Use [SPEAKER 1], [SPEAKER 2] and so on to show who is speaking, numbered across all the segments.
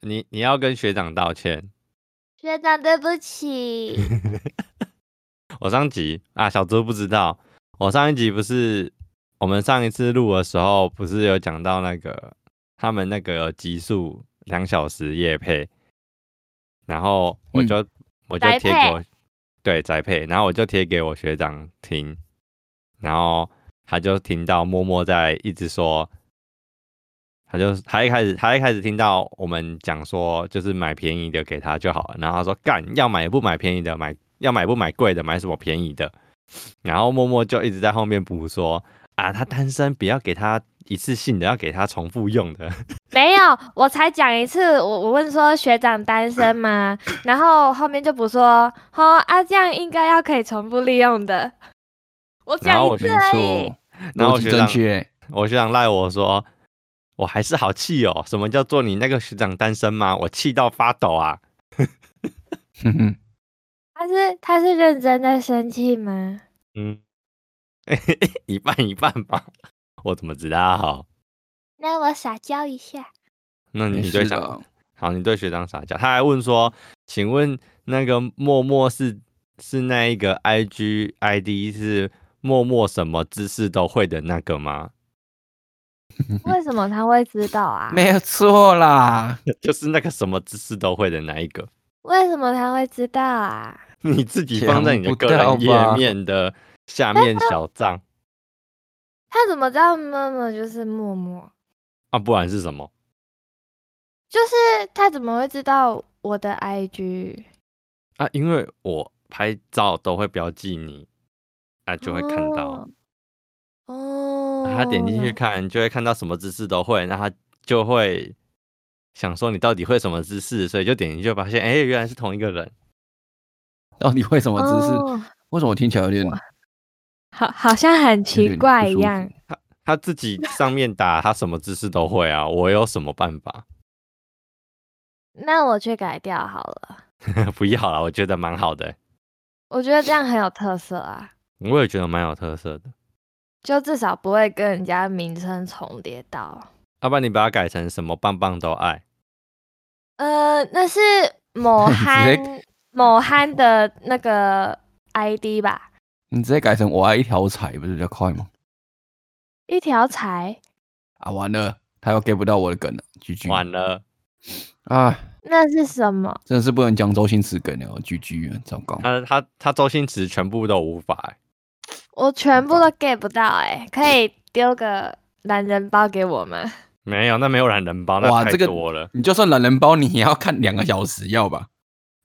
[SPEAKER 1] 你你要跟学长道歉。
[SPEAKER 2] 学长，对不起。
[SPEAKER 1] 我上集啊，小周不知道，我上一集不是我们上一次录的时候，不是有讲到那个他们那个集数两小时夜配，然后我就、我就
[SPEAKER 2] 嗯宅
[SPEAKER 1] 贴给
[SPEAKER 2] 配
[SPEAKER 1] 我对宅配，然后我就贴给我学长听，然后他就听到默默在一直说。他就他一开始他一开始听到我们讲说就是买便宜的给他就好了，然后他说干要买不买便宜的，买要买不买贵的，买什么便宜的，然后默默就一直在后面补说啊，他单身不要给他一次性的，要给他重复用 的。
[SPEAKER 2] 没有，我才讲一次，我我问说学长单 身吗？然后后面就不说，哦啊，这样应该要可以重复利用的。我
[SPEAKER 1] 然
[SPEAKER 2] 讲
[SPEAKER 1] 后我
[SPEAKER 2] 一次
[SPEAKER 1] 全
[SPEAKER 2] 而已
[SPEAKER 3] 错，，
[SPEAKER 1] 然后
[SPEAKER 3] 逻
[SPEAKER 1] 我
[SPEAKER 3] 辑
[SPEAKER 1] 学
[SPEAKER 3] 正
[SPEAKER 1] 长
[SPEAKER 3] 确。
[SPEAKER 1] 我学长赖我说，我还是好气哦，什么叫做你那个学长单身吗？我气到发抖啊！
[SPEAKER 3] 哼哼，
[SPEAKER 2] 他是他是认真在生气吗？
[SPEAKER 1] 嗯， 一半一半吧， 我怎么知道？
[SPEAKER 2] 那我撒娇一下。
[SPEAKER 1] 那
[SPEAKER 3] 没
[SPEAKER 1] 你
[SPEAKER 3] 事
[SPEAKER 1] 对上
[SPEAKER 3] 哎的。
[SPEAKER 1] 好，你对学长撒娇。他还问说：“请问那个默默是是那一个 I G I D 是默默什么姿势都会的那个吗 嗯
[SPEAKER 2] 为什么他会知道啊？
[SPEAKER 3] 没有错啦，？”
[SPEAKER 1] 就是那个什么姿势都会的那一个，
[SPEAKER 2] 为什么他会知道啊？
[SPEAKER 1] 你自己放在你的
[SPEAKER 3] 想不
[SPEAKER 1] 个人
[SPEAKER 3] 到
[SPEAKER 1] 页
[SPEAKER 3] 吧
[SPEAKER 1] 面的下面小账
[SPEAKER 2] 他怎么知道默默就是默默？
[SPEAKER 1] 啊，不然是什么？
[SPEAKER 2] 就是他怎么会知道我的 IG？
[SPEAKER 1] 啊，因为我拍照都会标记你，啊，就会看到
[SPEAKER 2] 哦。哦，
[SPEAKER 1] 啊他点进去看，就会看到什么姿势都会，那他就会想说你到底会什么姿势，所以就点进去就发现，哎、原来是同一个人。
[SPEAKER 3] 到底为什么姿势？
[SPEAKER 2] 哦
[SPEAKER 3] 为什么我听起来有点
[SPEAKER 2] 好，好像很
[SPEAKER 3] 有
[SPEAKER 2] 奇
[SPEAKER 3] 点
[SPEAKER 2] 怪
[SPEAKER 3] 不
[SPEAKER 2] 一
[SPEAKER 3] 舒服
[SPEAKER 2] 样。
[SPEAKER 1] 他自己上面打他什么姿势都会啊，我有什么办法？
[SPEAKER 2] 那我去改掉好了，
[SPEAKER 1] 不要啦，我觉得蛮好的欸、
[SPEAKER 2] 我觉得这样很有特色啊，
[SPEAKER 1] 我也觉得蛮有特色的。
[SPEAKER 2] 就至少不会跟人家名称重叠到。
[SPEAKER 1] 要、啊不然你把它改成什么棒棒都爱，
[SPEAKER 2] 呃，那是某
[SPEAKER 3] 直接
[SPEAKER 2] 憨某憨的那个 ID 吧？
[SPEAKER 3] 你直接改成我爱一条彩不是比较快吗？
[SPEAKER 2] 一条财，
[SPEAKER 3] 啊，完了，他又 get 不到我的梗了，GG。
[SPEAKER 1] 完了，
[SPEAKER 3] 啊，
[SPEAKER 2] 那是什么？
[SPEAKER 3] 真的是不能讲周星驰梗了，GG 啊，糟糕。
[SPEAKER 1] 他他他周星驰全部都无法欸、
[SPEAKER 2] 我全部都 get 不到哎、可以丢个懒人包给我吗？
[SPEAKER 1] 没有，那没有懒人包，那
[SPEAKER 3] 哇
[SPEAKER 1] 太
[SPEAKER 3] 这个
[SPEAKER 1] 多了。
[SPEAKER 3] 你就算懒人包，你也要看两个小时，要吧？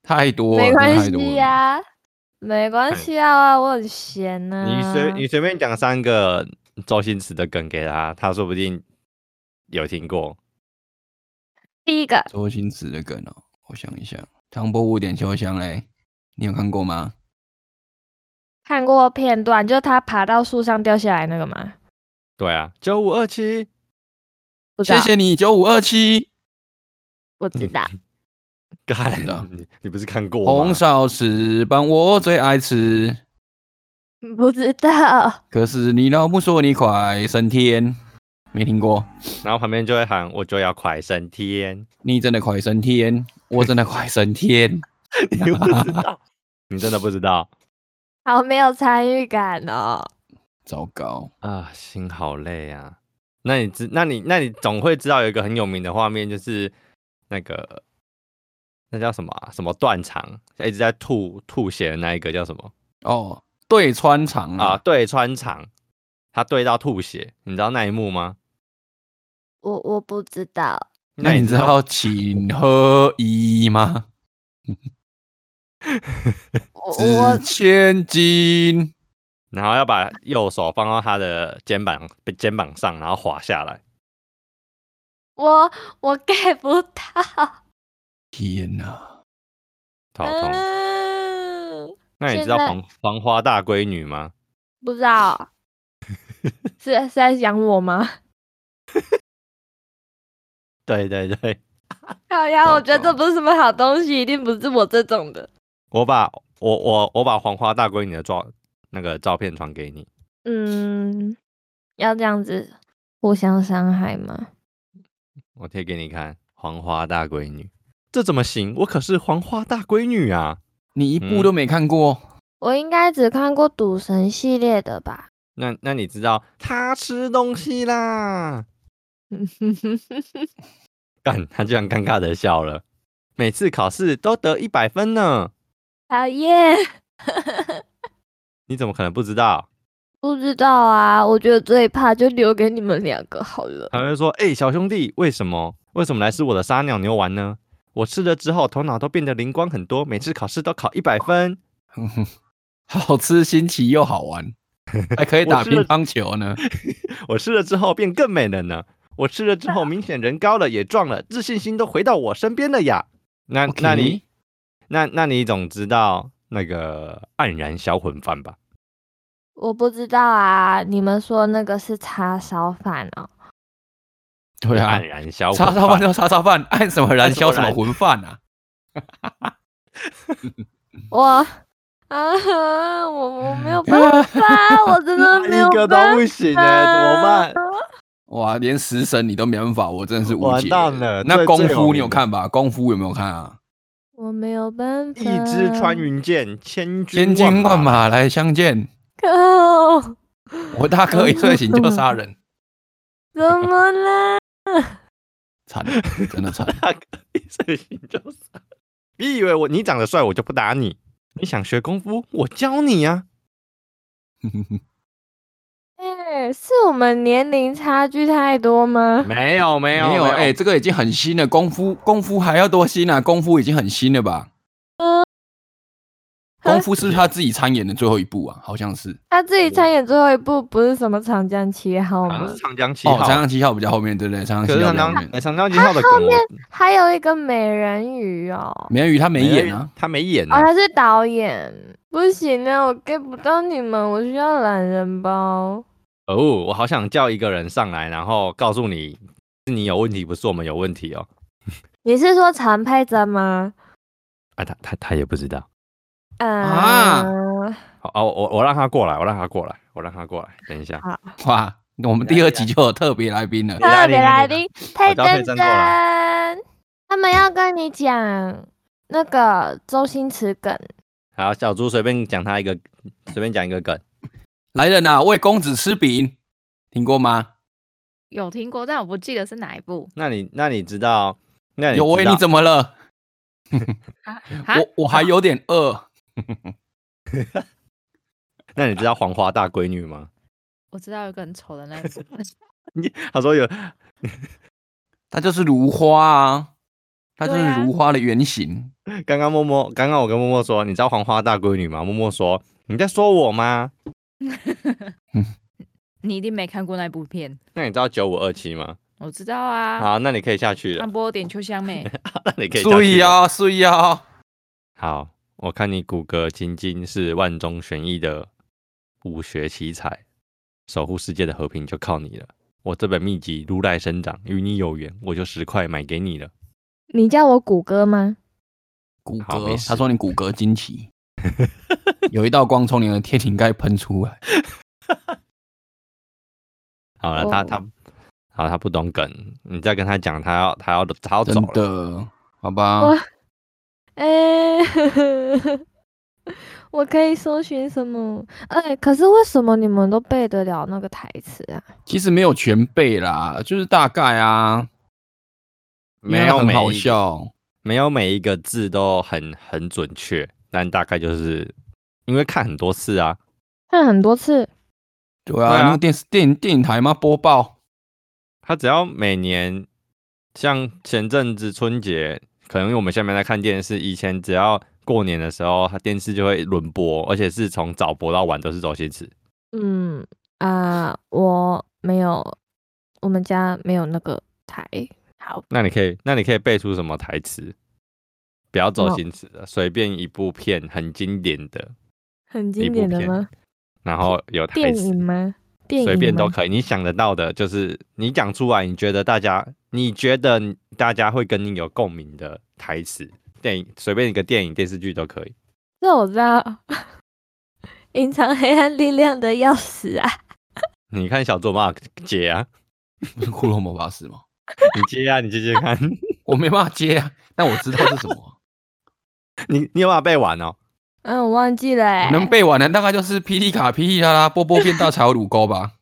[SPEAKER 3] 太多了，
[SPEAKER 2] 没
[SPEAKER 3] 真的
[SPEAKER 2] 关
[SPEAKER 3] 太多
[SPEAKER 2] 系啊
[SPEAKER 3] 了。
[SPEAKER 2] 呀、没关系啊，我很闲啊呢、
[SPEAKER 1] 你随你随便讲三个周星驰的梗给他，他说不定有听过。
[SPEAKER 2] 第一个
[SPEAKER 3] 周星驰的梗哦，我想一想，唐伯虎点秋香嘞，你有看过吗？
[SPEAKER 2] 看过片段，就他爬到树上掉下来那个吗？
[SPEAKER 1] 对啊，九五二七，
[SPEAKER 2] 不知
[SPEAKER 3] 谢
[SPEAKER 2] 道，
[SPEAKER 3] 谢你九五二七，
[SPEAKER 2] 不知道。
[SPEAKER 1] 干
[SPEAKER 3] 真的啊
[SPEAKER 1] 你你不是看过吗
[SPEAKER 3] 红？烧石斑我最爱吃，
[SPEAKER 2] 不知道，
[SPEAKER 3] 可是你老母说你快升天，没听过？
[SPEAKER 1] 然后旁边就会喊我就要快升 天，
[SPEAKER 3] 你真的快升 天，我真的快升天。
[SPEAKER 1] 你不知道，你真的不知道
[SPEAKER 2] 好没有参与感哦。
[SPEAKER 3] 糟糕，
[SPEAKER 1] 啊，心好累啊。那你知，那你那你总会知道有一个很有名的画面，就是那个那叫什么、啊、什么断肠，一直在吐吐血的那一个叫什么？
[SPEAKER 3] 哦，对穿肠
[SPEAKER 1] 啊，
[SPEAKER 3] 啊，
[SPEAKER 1] 对穿肠，他对到吐血，你知道那一幕吗？
[SPEAKER 2] 我我不知道，
[SPEAKER 3] 那你知道请喝一吗？
[SPEAKER 2] 我我
[SPEAKER 3] 值千金。
[SPEAKER 1] 然后要把右手放到他的肩膀肩膀上，然后滑下来。
[SPEAKER 2] 我我 get 不到。
[SPEAKER 3] 天哪，
[SPEAKER 1] 头痛。
[SPEAKER 2] 嗯，
[SPEAKER 1] 那你
[SPEAKER 2] 啊现
[SPEAKER 1] 知道
[SPEAKER 2] 在
[SPEAKER 1] 黄黄花大闺女吗？
[SPEAKER 2] 不知道，是是在讲我吗？
[SPEAKER 1] 对对对，
[SPEAKER 2] 好呀，
[SPEAKER 3] 糟
[SPEAKER 2] 我觉得这
[SPEAKER 3] 糕
[SPEAKER 2] 不是什么好东西，一定不是我这种的。
[SPEAKER 1] 我把我我我把黄花大闺女的照那个照片传给你。
[SPEAKER 2] 嗯，要这样子互相伤害吗？
[SPEAKER 1] 我贴给你看，黄花大闺女，这怎么行？我可是黄花大闺女啊！
[SPEAKER 3] 你一
[SPEAKER 1] 嗯
[SPEAKER 3] 部都没看过，
[SPEAKER 2] 我应该只看过赌神系列的吧？
[SPEAKER 1] 那那你知道她吃东西啦？干，她居然尴尬的笑了。每次考试都得一百分呢，
[SPEAKER 2] 讨厌，
[SPEAKER 1] 你怎么可能不知道？
[SPEAKER 2] 不知道啊。我觉得最怕就留给你们两个好了。
[SPEAKER 1] 还会说：“哎、小兄弟，为什么为什么来吃我的撒尿牛丸呢？我吃了之后头脑都变得灵光很多，每次考试都考一百分。
[SPEAKER 3] 好吃、新奇又 好玩，还可以
[SPEAKER 1] 我
[SPEAKER 3] 打
[SPEAKER 1] 是
[SPEAKER 3] 乒乓球呢。
[SPEAKER 1] 我吃了之后变更美了呢。我吃了之后明显人高了，也壮了，自信心都回到我身边了呀。那
[SPEAKER 3] OK
[SPEAKER 1] 那你那那你总知道那个黯然销魂饭吧？
[SPEAKER 2] 我不知道啊，你们说那个是叉烧饭哦？
[SPEAKER 3] 对啊
[SPEAKER 1] 黯，然销魂
[SPEAKER 3] 叉烧饭就叉烧饭，按什么燃烧
[SPEAKER 1] 按什
[SPEAKER 3] 什
[SPEAKER 1] 么
[SPEAKER 3] 么
[SPEAKER 1] 燃
[SPEAKER 3] 魂饭啊？
[SPEAKER 2] 我啊哈，我我没有办法，我 真的没有
[SPEAKER 1] 一个都
[SPEAKER 2] 办法。
[SPEAKER 1] 不行哎、怎么办？
[SPEAKER 3] 哇，连食神你都没办法，我真的是无
[SPEAKER 1] 完
[SPEAKER 3] 解。
[SPEAKER 1] 蛋了
[SPEAKER 3] 那
[SPEAKER 1] 最
[SPEAKER 3] 功
[SPEAKER 1] 最有
[SPEAKER 3] 夫你有
[SPEAKER 1] 名的
[SPEAKER 3] 看吧？功夫有没有看啊？
[SPEAKER 2] 我没有办法。
[SPEAKER 1] 一支穿云箭，千
[SPEAKER 3] 千
[SPEAKER 1] 军
[SPEAKER 3] 军
[SPEAKER 1] 万
[SPEAKER 3] 万马来相见，
[SPEAKER 2] 靠，
[SPEAKER 3] 我大哥一睡醒就杀人，
[SPEAKER 2] 怎么啦？
[SPEAKER 3] 惨，真的惨。
[SPEAKER 1] 大哥一睡醒就杀。你以为我你长得帅我就不打你？你想学功夫，我教你啊！
[SPEAKER 2] 哎、是我们年龄差距太多吗？
[SPEAKER 1] 没有没有
[SPEAKER 3] 没有，哎、这个已经很新了。功夫，功夫还要多新啊？功夫已经很新了吧？功夫是不是他自己参演的最后一部啊，好像是。
[SPEAKER 2] 他自己参演最后一部不是什么长江七号
[SPEAKER 1] 好像
[SPEAKER 2] 吗
[SPEAKER 1] 是？长江七
[SPEAKER 3] 哦
[SPEAKER 1] 号，，
[SPEAKER 3] 《长江七号》比较后面，对不对？《长江
[SPEAKER 1] 可
[SPEAKER 3] 七
[SPEAKER 1] 是
[SPEAKER 3] 号》
[SPEAKER 1] 长
[SPEAKER 3] 比较
[SPEAKER 1] 江
[SPEAKER 3] 啊后面。
[SPEAKER 1] 呃长江七号的梗我
[SPEAKER 2] 还有一个美人鱼哦，
[SPEAKER 3] 美人鱼他没演啊，，
[SPEAKER 1] 他没演
[SPEAKER 2] 哦，
[SPEAKER 1] 啊。
[SPEAKER 2] 他是导演。不行啊，我 get 不到你们，我需要懒人包。
[SPEAKER 1] 哦，我好想叫一个人上来，然后告诉你是你有问题，不是我们有问题哦。
[SPEAKER 2] 你是说陈佩珍吗？
[SPEAKER 1] 啊，他他他也不知道。
[SPEAKER 2] 嗯、
[SPEAKER 3] 啊
[SPEAKER 1] 好哦，我我让他过来，我让他过来，我让他过来。等一下，
[SPEAKER 3] 哇！我们第二集就有特别来宾了，
[SPEAKER 2] 特别
[SPEAKER 1] 来
[SPEAKER 2] 来
[SPEAKER 1] 宾
[SPEAKER 2] 宾佩
[SPEAKER 1] 找佩
[SPEAKER 2] 珍
[SPEAKER 1] 珍
[SPEAKER 2] 珍
[SPEAKER 1] 过
[SPEAKER 2] 他们要跟你讲那个周星驰梗。
[SPEAKER 1] 好，小猪随便讲他一个，随便讲一个梗。
[SPEAKER 3] 来人啊，喂公子吃饼，听过吗？
[SPEAKER 4] 有听过，但我不记得是哪一部。
[SPEAKER 1] 那你那你知道？那你
[SPEAKER 3] 有喂，
[SPEAKER 1] 哎知道
[SPEAKER 3] 你怎么了？
[SPEAKER 4] 啊
[SPEAKER 3] 我我还有点饿。
[SPEAKER 1] 那你知道黄花大闺女吗？
[SPEAKER 4] 我知道有个很丑的那一部，
[SPEAKER 1] 他说有，
[SPEAKER 3] 它就是如花啊，它就
[SPEAKER 4] 对
[SPEAKER 3] 是
[SPEAKER 4] 啊
[SPEAKER 3] 如花的原型。
[SPEAKER 1] 刚刚默默，刚刚我跟默默说，你知道黄花大闺女吗？默默说你在说我吗？
[SPEAKER 4] 你一定没看过那部片。
[SPEAKER 1] 那你知道九五二七吗？
[SPEAKER 4] 我知道啊，
[SPEAKER 1] 好，那你可以下去了
[SPEAKER 4] 安。波点秋香妹，
[SPEAKER 1] 那你可以下去
[SPEAKER 3] 注意
[SPEAKER 1] 了
[SPEAKER 3] 啊，注意啊！
[SPEAKER 1] 好，我看你骨骼精金是万中选一的武学奇才，守护世界的和平就靠你了。我这本秘籍如来神掌，与你有缘，我就十块买给你了。
[SPEAKER 2] 你叫我谷歌吗？
[SPEAKER 3] 骨
[SPEAKER 1] 好没
[SPEAKER 3] 骼，
[SPEAKER 1] 事
[SPEAKER 3] 他说你骨骼 惊奇，有一道光从你的天灵盖喷出来。
[SPEAKER 1] 好了，他
[SPEAKER 2] 哦
[SPEAKER 1] 他，好，他不懂梗，你再跟他讲，他要他要他要哦走
[SPEAKER 3] 真
[SPEAKER 1] 了。
[SPEAKER 3] 的，好吧，
[SPEAKER 2] 我哎、 我可以搜寻什么？哎、可是为什么你们都背得了那个台词啊？
[SPEAKER 3] 其实没有全背啦，就是大概啊，因为
[SPEAKER 1] 没有
[SPEAKER 3] 很
[SPEAKER 1] 每
[SPEAKER 3] 好
[SPEAKER 1] 一
[SPEAKER 3] 笑。
[SPEAKER 1] 没有每一个字都很很准确，但大概就是因为看很多次啊。
[SPEAKER 2] 看很多次，
[SPEAKER 3] 对
[SPEAKER 1] 对
[SPEAKER 3] 啊，
[SPEAKER 1] 啊
[SPEAKER 3] 那个电视电影电影台嘛播报，
[SPEAKER 1] 他只要每年，像前阵子春节，可能因为我们下面在看电视，以前只要过年的时候，他电视就会轮播，而且是从早播到晚都是周星驰。
[SPEAKER 2] 嗯啊、我没有，我们家没有那个台。好，
[SPEAKER 1] 那你可以，那你可以背出什么台词？不要周星驰的，随便一部片很经典的，
[SPEAKER 2] 很
[SPEAKER 1] 一
[SPEAKER 2] 经
[SPEAKER 1] 部
[SPEAKER 2] 典的
[SPEAKER 1] 片
[SPEAKER 2] 吗？
[SPEAKER 1] 然后有台
[SPEAKER 2] 电
[SPEAKER 1] 词，
[SPEAKER 2] 影吗？电影
[SPEAKER 1] 随便都
[SPEAKER 2] 吗
[SPEAKER 1] 可以，你想得到的，就是你讲出来，你觉得大家，你觉得大家会跟你有共鸣的台词，电影随便一个电影电视剧都可以。
[SPEAKER 2] 这我知道， 隐藏黑暗力量的钥匙啊！
[SPEAKER 1] 你看小卓嘛，姐啊。
[SPEAKER 3] 不是《骷髅魔法使》吗？
[SPEAKER 1] 你接啊，你接接看。
[SPEAKER 3] 我没办法接啊，但我知道是什么。啊
[SPEAKER 1] 你你有办法背完哦？
[SPEAKER 2] 嗯，我忘记了、欸，
[SPEAKER 3] 能背完的大概就是 霹雳卡、霹雳啦啦、波波变大、潮乳沟吧，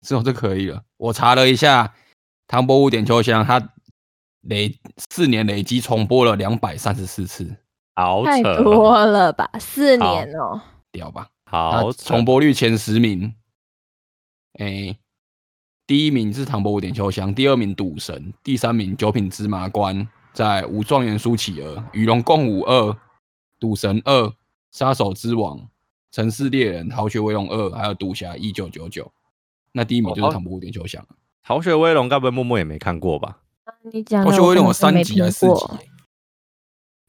[SPEAKER 3] 只有这可以了。我查了一下，唐伯虎点秋香，他累四年累积重播了两百三十四次，
[SPEAKER 1] 好
[SPEAKER 2] 欸太
[SPEAKER 1] 扯，
[SPEAKER 2] 多了吧？四
[SPEAKER 1] 好
[SPEAKER 2] 年哦、
[SPEAKER 3] 屌吧？
[SPEAKER 1] 好
[SPEAKER 3] 好，
[SPEAKER 1] 扯
[SPEAKER 3] 重播率前十名，哎、第一名是唐伯虎点秋香，第二名赌神，第三名九品芝麻官，在武状元苏乞儿、与龙共舞二、赌神二、杀手之王、城市猎人、逃学威龙二，还有赌侠一九九九。那第一名就
[SPEAKER 1] 哦
[SPEAKER 3] 是唐伯虎点秋香，
[SPEAKER 1] 逃学威龙》该不会默默也没看过吧？
[SPEAKER 2] 你讲
[SPEAKER 3] 逃
[SPEAKER 2] 的
[SPEAKER 3] 学
[SPEAKER 2] 我
[SPEAKER 3] 威龙
[SPEAKER 2] 根
[SPEAKER 3] 有
[SPEAKER 2] 本
[SPEAKER 3] 三
[SPEAKER 2] 没
[SPEAKER 3] 集还
[SPEAKER 2] 听
[SPEAKER 3] 是四集欸
[SPEAKER 2] 过，？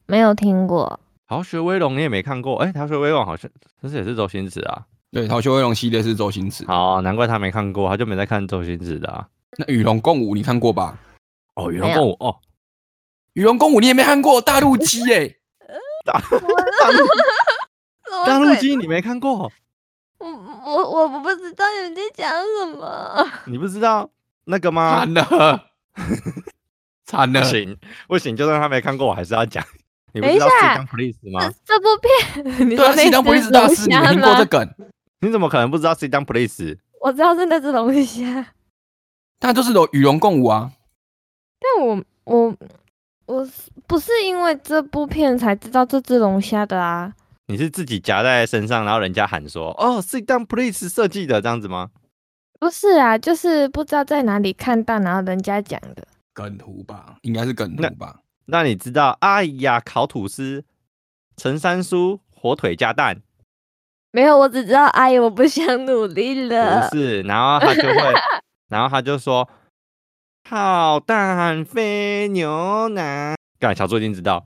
[SPEAKER 2] 没有听过。
[SPEAKER 1] 《逃学威龙》你也没看过？哎、逃学威龙》好像不是也是周星驰啊？
[SPEAKER 3] 对，逃学威龙系列是周星驰。
[SPEAKER 1] 好，难怪他没看过，他就没在看周星驰的啊。
[SPEAKER 3] 那与龙共舞你看过吧？
[SPEAKER 1] 哦，原
[SPEAKER 2] 没
[SPEAKER 1] 来
[SPEAKER 2] 有
[SPEAKER 1] 跟我哦，
[SPEAKER 3] 与龙共舞你也没看过，大陆鸡欸 耶！
[SPEAKER 1] 大陆机你没看过，
[SPEAKER 2] 我我我我不知道你们在讲什么。
[SPEAKER 1] 你不知道那个吗？
[SPEAKER 3] 惨了， 惨
[SPEAKER 1] 不
[SPEAKER 3] 了！
[SPEAKER 1] 行不行，就算他没看过，我还是要讲。你不
[SPEAKER 2] 等
[SPEAKER 1] 知
[SPEAKER 2] 一
[SPEAKER 1] 道《
[SPEAKER 2] 下
[SPEAKER 1] Silicon Police》
[SPEAKER 2] 这
[SPEAKER 1] 吗？
[SPEAKER 2] 这部片， 你
[SPEAKER 3] 对啊，
[SPEAKER 2] 说那
[SPEAKER 3] 西江不
[SPEAKER 2] 只
[SPEAKER 3] 会是大
[SPEAKER 2] 龙
[SPEAKER 3] 师，你
[SPEAKER 2] 虾
[SPEAKER 3] 没听过
[SPEAKER 2] 吗
[SPEAKER 3] 这梗？
[SPEAKER 1] 你怎么可能不知道《Silicon Police》？
[SPEAKER 2] 我知道是那只龙虾，
[SPEAKER 3] 但就是有与龙共舞啊，
[SPEAKER 2] 但我我我是不是因为这部片才知道这只龙虾的啊？
[SPEAKER 1] 你是自己夹在身上，然后人家喊说：“哦，《Silicon Police》设计的这样子吗
[SPEAKER 2] 不是啊，就是不知道在哪里看到，然后人家讲的。
[SPEAKER 3] 梗图吧，应该是梗
[SPEAKER 1] 那
[SPEAKER 3] 图吧。？”
[SPEAKER 1] 那你知道，哎呀，烤吐司，陈三叔火腿加蛋
[SPEAKER 2] 没有，我只知道阿姨，我不想努力了
[SPEAKER 1] 不。是，然后他就会，然后他就说：“好蛋飞牛腩。”干，小猪已经知道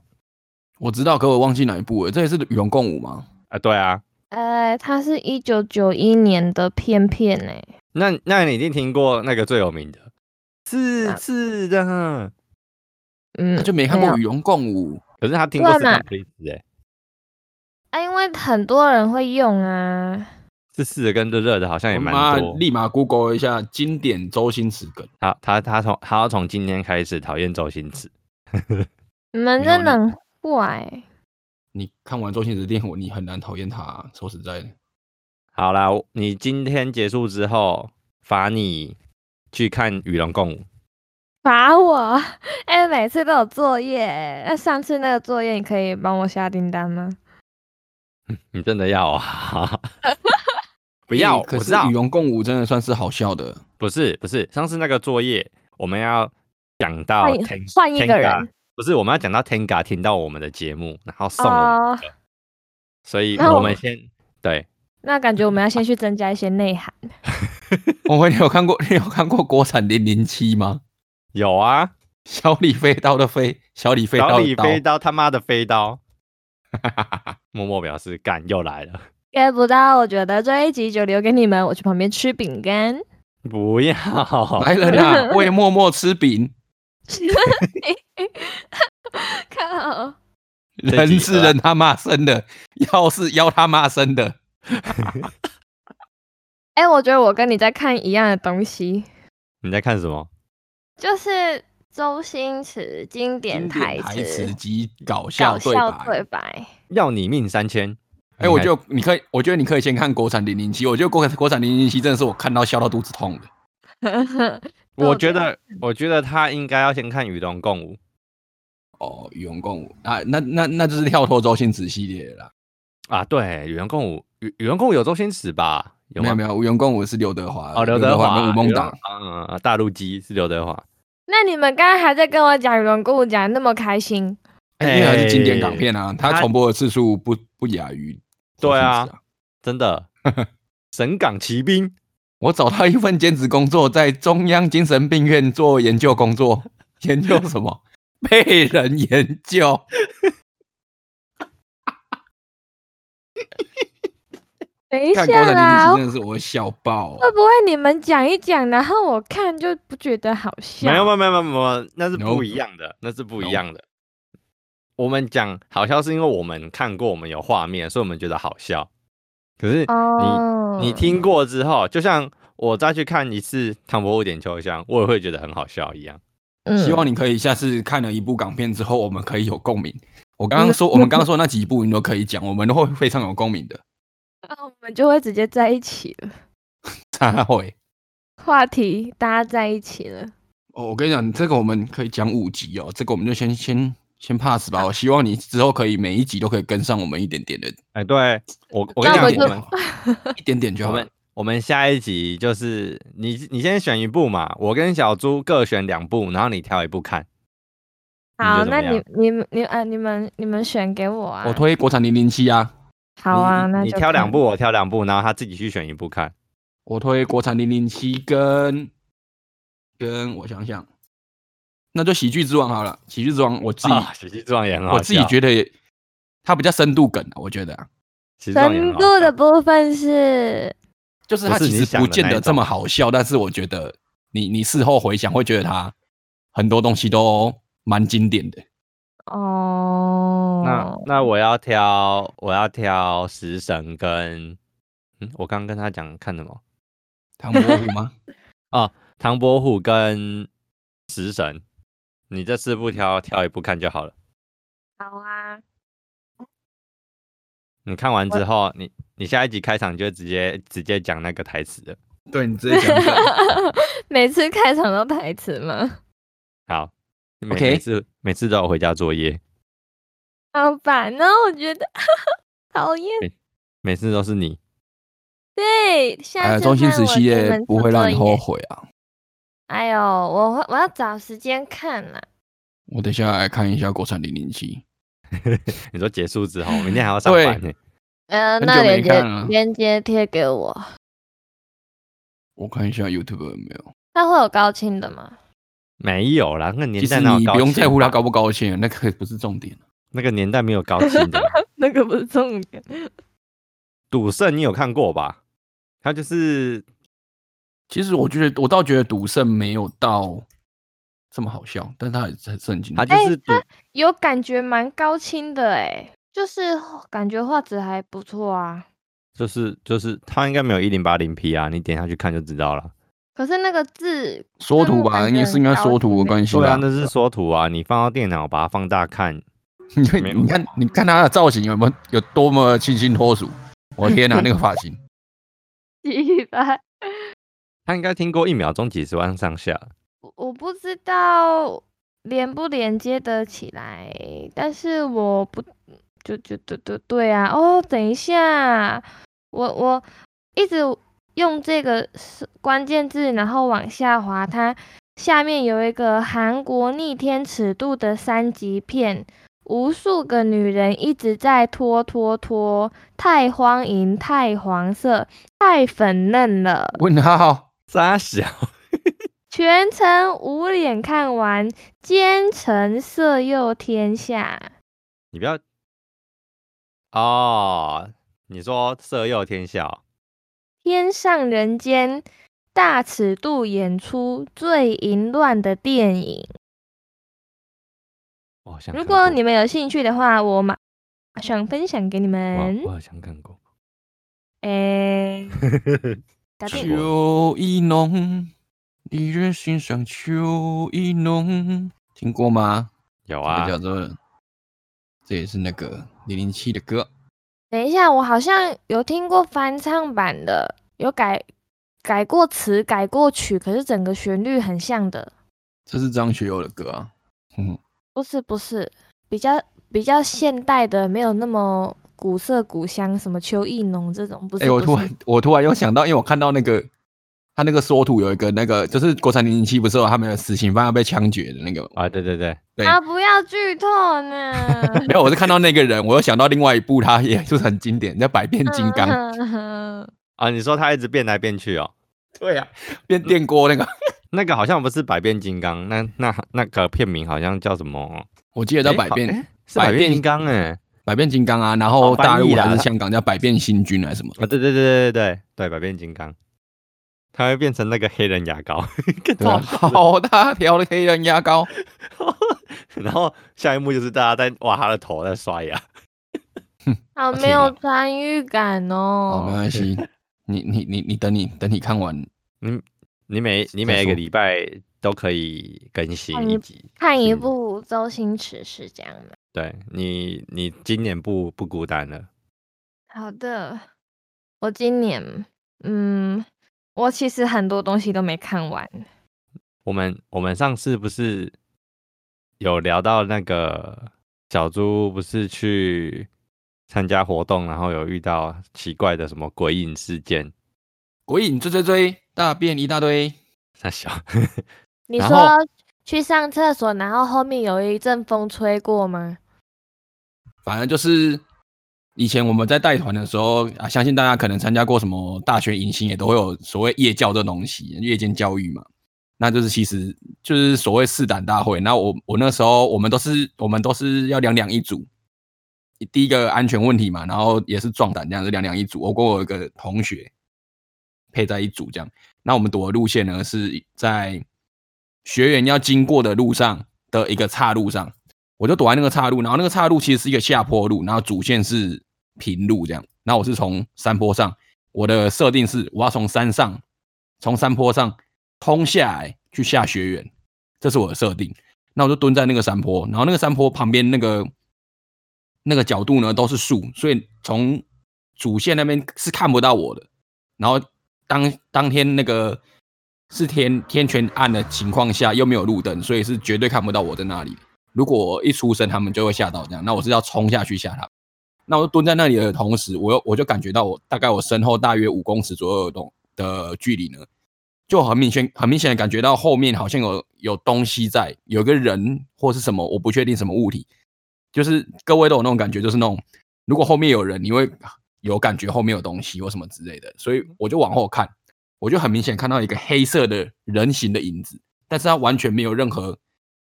[SPEAKER 3] 我知道，可我忘记哪一部了。这也是与龙共舞吗？
[SPEAKER 1] 啊，对啊，
[SPEAKER 2] 呃，它是一九九一年的片片哎、
[SPEAKER 1] 那那你一定听过那个最有名的，是
[SPEAKER 2] 啊
[SPEAKER 1] 是的，
[SPEAKER 2] 嗯
[SPEAKER 3] 那，就没看
[SPEAKER 2] 有
[SPEAKER 3] 过与龙共舞。
[SPEAKER 1] 可是他听过
[SPEAKER 2] 对
[SPEAKER 1] 是
[SPEAKER 2] 嘛
[SPEAKER 1] c o p l 哎，
[SPEAKER 2] 啊，因为很多人会用啊。
[SPEAKER 1] 是是的跟热热的好像也
[SPEAKER 3] 我
[SPEAKER 1] 蛮
[SPEAKER 3] 妈
[SPEAKER 1] 多。
[SPEAKER 3] 立马 Google 一下经典周星驰梗。
[SPEAKER 1] 他他他从他要从今天开始讨厌周星驰，
[SPEAKER 2] 你们
[SPEAKER 3] 没有
[SPEAKER 2] 真的很坏，
[SPEAKER 3] 你看完周星驰的电影，你很难讨厌他啊、说实在的，
[SPEAKER 1] 好啦，我你今天结束之后罚你去看《与龙共舞》，
[SPEAKER 2] 罚我！ 哎、每次都有作业、那上次那个作业，你可以帮我下订单吗？
[SPEAKER 1] 你真的要 啊？不要，
[SPEAKER 3] 可
[SPEAKER 1] 我知
[SPEAKER 3] 是
[SPEAKER 1] 道
[SPEAKER 3] 与龙共舞真的算是好笑的。
[SPEAKER 1] 不是不是，上次那个作业我们要讲到
[SPEAKER 3] 哎
[SPEAKER 2] 换一
[SPEAKER 1] Ten-
[SPEAKER 2] 换一个
[SPEAKER 1] Tenga
[SPEAKER 2] 人，
[SPEAKER 1] 不是我们要讲到 Tenga 听到我们的节目，然后送我
[SPEAKER 3] 啊
[SPEAKER 1] 们
[SPEAKER 2] 哦，
[SPEAKER 1] 所以
[SPEAKER 2] 那
[SPEAKER 1] 我
[SPEAKER 2] 我
[SPEAKER 1] 们先对
[SPEAKER 2] 那感觉我们要先去增加一些内涵。
[SPEAKER 3] 我问你有 看过你有看过国产零零七吗？
[SPEAKER 1] 有啊，
[SPEAKER 3] 小李飞刀的飞，小李飞
[SPEAKER 1] 小
[SPEAKER 3] 刀
[SPEAKER 1] 李
[SPEAKER 3] 的刀，
[SPEAKER 1] 飞刀他妈的飞刀， 默默表示干又来了，
[SPEAKER 2] get 不到，我觉得这一集就留给你们，我去旁边吃饼 干。
[SPEAKER 1] 不要
[SPEAKER 3] 来了 啦！为默默吃饼，
[SPEAKER 2] 靠！
[SPEAKER 1] 这集
[SPEAKER 3] 人是人他妈生的，妖是妖他妈生的。
[SPEAKER 2] 哎、我觉得我跟你在看一样的东西，
[SPEAKER 1] 你在看什么？
[SPEAKER 2] 就是周星驰经典
[SPEAKER 3] 经典
[SPEAKER 2] 台
[SPEAKER 3] 台词
[SPEAKER 2] 词、
[SPEAKER 3] 及搞
[SPEAKER 2] 搞
[SPEAKER 3] 笑对
[SPEAKER 2] 笑
[SPEAKER 3] 白。
[SPEAKER 2] 对白。
[SPEAKER 1] 要你命三千。
[SPEAKER 3] 哎、
[SPEAKER 1] 你
[SPEAKER 3] 我
[SPEAKER 1] 还
[SPEAKER 3] 觉得你可以，我觉得你可以先看国产零零七。我觉得国国产零零七真的是我看到笑到肚子痛的。
[SPEAKER 1] 我觉得，
[SPEAKER 3] 嗯
[SPEAKER 1] 我觉得他应该要先看《与龙共舞》。
[SPEAKER 3] 哦，与龙共舞啊，那那那就是跳脱周星驰系列的啦。
[SPEAKER 1] 啊，对，《与龙共舞》与《与龙共舞》有周星驰吧？有
[SPEAKER 3] 没
[SPEAKER 1] 吗？
[SPEAKER 3] 有没有，与龙共舞是刘德华的
[SPEAKER 1] 哦，刘
[SPEAKER 3] 德
[SPEAKER 1] 德华、
[SPEAKER 3] 跟吴孟
[SPEAKER 1] 刘
[SPEAKER 3] 达。
[SPEAKER 1] 嗯，嗯大陆鸡是刘德华。
[SPEAKER 2] 那你们刚刚还在跟我讲《与龙共舞》讲得那么开心，
[SPEAKER 3] 因为它是经典港片啊，它
[SPEAKER 1] 它
[SPEAKER 3] 重播的次数不不亚于周
[SPEAKER 1] 对啊
[SPEAKER 3] 星驰啊。
[SPEAKER 1] 真 的，神港奇兵
[SPEAKER 3] 我找到一份兼职工作，在中央精神病院做研究 工作，研究什么？被人研究。
[SPEAKER 2] 等一下
[SPEAKER 3] 看《国产
[SPEAKER 2] 啦
[SPEAKER 3] 零零七》，真的是我会笑爆、啊
[SPEAKER 2] 会不会你们讲一讲，然后我看就不觉得好笑？
[SPEAKER 1] 没有没有没有没有没有，那是不
[SPEAKER 3] Nope
[SPEAKER 1] 一样的，那是不一
[SPEAKER 3] Nope
[SPEAKER 1] 样的。我们讲好笑是因为我们看过，我们有画面，所以我们觉得好笑。可是你、
[SPEAKER 2] 哦，
[SPEAKER 1] 你听过之后，就像我再去看一次《唐伯虎点秋香》，我也会觉得很好笑一样。
[SPEAKER 2] 嗯
[SPEAKER 3] 希望你可以下次看了一部港片之后，我们可以有共鸣。我刚刚
[SPEAKER 2] 嗯
[SPEAKER 3] 说，我们刚刚说的那几部你都可以讲，我们都会非常有共 鸣的。
[SPEAKER 2] 那我们就会直接在一起了，
[SPEAKER 3] 才会
[SPEAKER 2] 话题大家在一起了。
[SPEAKER 3] 哦，我跟你讲，这个我们可以讲五集哦，这个我们就先先先 pass 吧。我希望你之后可以每一集都可以跟上我们一点点的，
[SPEAKER 1] 哎，对我我跟
[SPEAKER 2] 那
[SPEAKER 1] 你讲，
[SPEAKER 2] 我
[SPEAKER 1] 我
[SPEAKER 2] 就
[SPEAKER 1] 们
[SPEAKER 3] 一点点就
[SPEAKER 1] 我
[SPEAKER 3] 好
[SPEAKER 1] 们
[SPEAKER 3] 了。
[SPEAKER 1] 我们下一集就是你你先选一部嘛，我跟小猪各选两部，然后你挑一部看。你觉得
[SPEAKER 2] 好，
[SPEAKER 1] 怎
[SPEAKER 2] 那
[SPEAKER 1] 么
[SPEAKER 2] 你
[SPEAKER 1] 样
[SPEAKER 2] 你们你啊，你们你们选给我啊。
[SPEAKER 3] 我推国产零零七啊，
[SPEAKER 2] 好啊，那
[SPEAKER 1] 你
[SPEAKER 2] 就
[SPEAKER 1] 挑两
[SPEAKER 2] 看
[SPEAKER 1] 部，。我挑两部，然后他自己去选一部看。
[SPEAKER 3] 我推国产零零七跟跟我想想，那就喜剧之王好了。喜剧之王我自己、
[SPEAKER 1] 啊，喜剧之王也很好笑，
[SPEAKER 3] 我自己觉得也它比较深度梗、啊，我觉得、啊、
[SPEAKER 1] 喜剧之王也
[SPEAKER 2] 深
[SPEAKER 1] 很好
[SPEAKER 2] 度的
[SPEAKER 1] 笑
[SPEAKER 2] 部分是
[SPEAKER 3] 就是它
[SPEAKER 1] 不是
[SPEAKER 3] 其
[SPEAKER 1] 你
[SPEAKER 3] 实
[SPEAKER 1] 想
[SPEAKER 3] 不
[SPEAKER 1] 的
[SPEAKER 3] 见
[SPEAKER 1] 那一
[SPEAKER 3] 得这
[SPEAKER 1] 种
[SPEAKER 3] 么好笑，但是我觉得你你事后回想会觉得它很多东西都蛮经典的。
[SPEAKER 1] 那
[SPEAKER 2] 哦，
[SPEAKER 1] 那我要挑，我要挑食神跟，嗯，我刚刚跟他讲看什么？
[SPEAKER 3] 唐伯虎 吗？
[SPEAKER 1] 唐伯虎跟食神，你这四部挑挑一部看就好了。
[SPEAKER 2] 好啊，
[SPEAKER 1] 你看完
[SPEAKER 2] 我
[SPEAKER 1] 之后，你你下一集开场你就直接直接讲那个台词了。
[SPEAKER 3] 对你直接讲 一下。
[SPEAKER 2] 每次开场都台词吗？
[SPEAKER 1] 好每
[SPEAKER 3] OK
[SPEAKER 1] 每次每次都有回家作业，
[SPEAKER 2] 好烦哦，我觉得 讨厌。
[SPEAKER 1] 每次都是你。
[SPEAKER 2] 对，下
[SPEAKER 3] 呃，
[SPEAKER 2] 次
[SPEAKER 3] 中心
[SPEAKER 2] 换
[SPEAKER 3] 时
[SPEAKER 2] 我
[SPEAKER 3] 期
[SPEAKER 2] 出
[SPEAKER 3] 也
[SPEAKER 2] 门
[SPEAKER 3] 不
[SPEAKER 2] 做
[SPEAKER 3] 会让
[SPEAKER 2] 作
[SPEAKER 3] 你后
[SPEAKER 2] 业。
[SPEAKER 3] 悔啊。
[SPEAKER 2] 哎呦，我会我要找时间看啦。
[SPEAKER 3] 我等一下来看一下国产零零七。
[SPEAKER 1] 你说结束之后，明天还要上
[SPEAKER 3] 对
[SPEAKER 1] 班呢、
[SPEAKER 2] 呃，
[SPEAKER 3] 很
[SPEAKER 2] 那
[SPEAKER 3] 久没
[SPEAKER 2] 链接
[SPEAKER 3] 看了
[SPEAKER 2] 链接贴给我，
[SPEAKER 3] 我看一下 YouTube 有没有。
[SPEAKER 2] 它会有高清的吗？
[SPEAKER 1] 没有啦，那个
[SPEAKER 3] 其
[SPEAKER 1] 年
[SPEAKER 3] 实
[SPEAKER 1] 代哪有
[SPEAKER 3] 你
[SPEAKER 1] 高
[SPEAKER 3] 不用
[SPEAKER 1] 清
[SPEAKER 3] 在乎它
[SPEAKER 1] 啊
[SPEAKER 3] 高不高兴，那个不是重点。
[SPEAKER 1] 那个年代没有高清 的啦。
[SPEAKER 2] 那个不是重点。
[SPEAKER 1] 赌圣你有看过吧？他就是
[SPEAKER 3] 其实我觉得，我倒觉得赌圣没有到这么好笑，但他也是很震惊。
[SPEAKER 1] 他就
[SPEAKER 2] 哎
[SPEAKER 1] 是赌、
[SPEAKER 2] 有感觉蛮高清的哎，就是感觉画质还不错啊。
[SPEAKER 1] 就是就是他应该没有一零八零 P 啊，你点下去看就知道了。
[SPEAKER 2] 可是那个字，
[SPEAKER 3] 缩图吧，
[SPEAKER 2] 但
[SPEAKER 3] 应
[SPEAKER 2] 我感觉
[SPEAKER 3] 该是应该缩图的关系
[SPEAKER 1] 对啊
[SPEAKER 3] 吧，。
[SPEAKER 1] 那是缩图啊，你放到电脑把它放大看，
[SPEAKER 3] 你看，
[SPEAKER 1] 没有啊
[SPEAKER 3] 你看，你看他的造型有没有有多么清新脱俗？我天哪，那个发型！
[SPEAKER 2] 几百，
[SPEAKER 1] 他应该听过一秒钟几十万上下。
[SPEAKER 2] 我我不知道连不连接得起来，但是我不就就对对对啊！哦，等一下，我我一直用这个是关键字，然后往下滑，它下面有一个韩国逆天尺度的三级片，无数个女人一直在拖拖拖，太荒淫，太黄色，太粉嫩了。
[SPEAKER 3] 问号，
[SPEAKER 1] 傻小，
[SPEAKER 2] 全程捂脸看完，奸臣色诱天下。
[SPEAKER 1] 你不要哦，你说色诱天下哦，
[SPEAKER 2] 天上人间，大尺度演出最淫乱的电影。
[SPEAKER 1] 我好像
[SPEAKER 2] 如
[SPEAKER 1] 看
[SPEAKER 2] 果
[SPEAKER 1] 过
[SPEAKER 2] 你们有兴趣的话，我马上分享给你
[SPEAKER 1] 我
[SPEAKER 2] 们
[SPEAKER 1] 我。好像看过，
[SPEAKER 2] 诶，打
[SPEAKER 1] 看
[SPEAKER 2] 电
[SPEAKER 1] 过
[SPEAKER 3] 秋意浓，离人心上秋意浓，听过吗？
[SPEAKER 1] 有
[SPEAKER 3] 这个
[SPEAKER 1] 啊
[SPEAKER 3] 叫，做，这也是那个零零七的歌。
[SPEAKER 2] 等一下，我好像有听过翻唱版的，有改改过词、改过曲，可是整个旋律很像的。
[SPEAKER 3] 这是张学友的歌啊。嗯，
[SPEAKER 2] 不是不是，比较比较现代的，没有那么古色古香，什么秋意浓这种，不是。
[SPEAKER 3] 哎、我
[SPEAKER 2] 不
[SPEAKER 3] 突
[SPEAKER 2] 是
[SPEAKER 3] 然我突然又想到，因为我看到那个他那个缩图有一个那个，就是国产零零七不是有他们有死刑犯要被枪决的那个吗，
[SPEAKER 1] 啊，对对对，
[SPEAKER 3] 对
[SPEAKER 2] 啊，不要剧透呢。
[SPEAKER 3] 没有，我是看到那个人，我又想到另外一部，他也就是很经典，叫《百变 金 刚》，
[SPEAKER 2] 嗯
[SPEAKER 1] 啊，你说他一直变来变去哦，
[SPEAKER 3] 对呀、变电锅那个，
[SPEAKER 1] 那个好像不是百变金刚，那那那个片名好像叫什么？
[SPEAKER 3] 我记得叫
[SPEAKER 1] 诶
[SPEAKER 3] 百
[SPEAKER 1] 哎好
[SPEAKER 3] 变、
[SPEAKER 1] 诶是百
[SPEAKER 3] 百
[SPEAKER 1] 变
[SPEAKER 3] 变
[SPEAKER 1] 金刚哎，
[SPEAKER 3] 百变金刚啊，然后
[SPEAKER 1] 哦翻
[SPEAKER 3] 大陆
[SPEAKER 1] 译啦
[SPEAKER 3] 还是香港叫百变星君还是什么？
[SPEAKER 1] 啊，对对对对对对对，百变金刚，它会变成那个黑人牙膏， 更
[SPEAKER 3] 对啊，
[SPEAKER 1] 好笑了
[SPEAKER 3] 好大条的黑人牙膏，
[SPEAKER 1] 然后下一幕就是大家在挖他的头，在刷牙。
[SPEAKER 2] 好没有参与感
[SPEAKER 3] 啊好、
[SPEAKER 2] 哦。
[SPEAKER 3] 没关系，你你你你等你等你看完，
[SPEAKER 1] 你每你
[SPEAKER 3] 再
[SPEAKER 1] 每一个
[SPEAKER 3] 说
[SPEAKER 1] 礼拜都可以更新
[SPEAKER 2] 看
[SPEAKER 1] 一
[SPEAKER 2] 一
[SPEAKER 1] 集。
[SPEAKER 2] 看一
[SPEAKER 1] 嗯
[SPEAKER 2] 部周星驰是这样吗？
[SPEAKER 1] 对你，你今年不不孤单了。
[SPEAKER 2] 好的，我今年，嗯，我其实很多东西都没看完。
[SPEAKER 1] 我们我们上次不是有聊到那个小猪不是去参加活动，然后有遇到奇怪的什么鬼影事件？
[SPEAKER 3] 鬼影追追追，大便一大堆。
[SPEAKER 1] 那小
[SPEAKER 2] 你
[SPEAKER 1] 然
[SPEAKER 2] 说
[SPEAKER 1] 后
[SPEAKER 2] 去上厕所，然后后面有一阵风吹过吗？
[SPEAKER 3] 反正就是以前我们在带团的时候啊，相信大家可能参加过什么大学迎新，也都会有所谓夜教这东西，夜间教育嘛。那就是其实就是所谓试胆大会。那我我那时候我们都是我们都是要两两一组，第一个安全问题嘛，然后也是壮胆这样子两两一组。我跟我一个同学配在一组这样。那我们躲的路线呢是在学员要经过的路上的一个岔路上，我就躲在那个岔路，然后那个岔路其实是一个下坡路，然后主线是平路这样。然后我是从山坡上，我的设定是我要从山上，从山坡上通下来去下学园，这是我的设定。那我就蹲在那个山坡，然后那个山坡旁边那个那个角度呢都是树，所以从主线那边是看不到我的。然后当当天那个是天天全暗的情况下，又没有路灯，所以是绝对看不到我在那里的。如果一出声，他们就会吓到这样。那我是要冲下去吓他们。那我就蹲在那里的同时，我又我就感觉到我大概我身后大约五公尺左右的东的距离呢，就很明显很明显的感觉到后面好像有有东西在，有个人或是什么，我不确定什么物体。就是各位都有那种感觉，就是那种如果后面有人，你会有感觉后面有东西或什么之类的。所以我就往后看，我就很明显看到一个黑色的人形的影子，但是它完全没有任何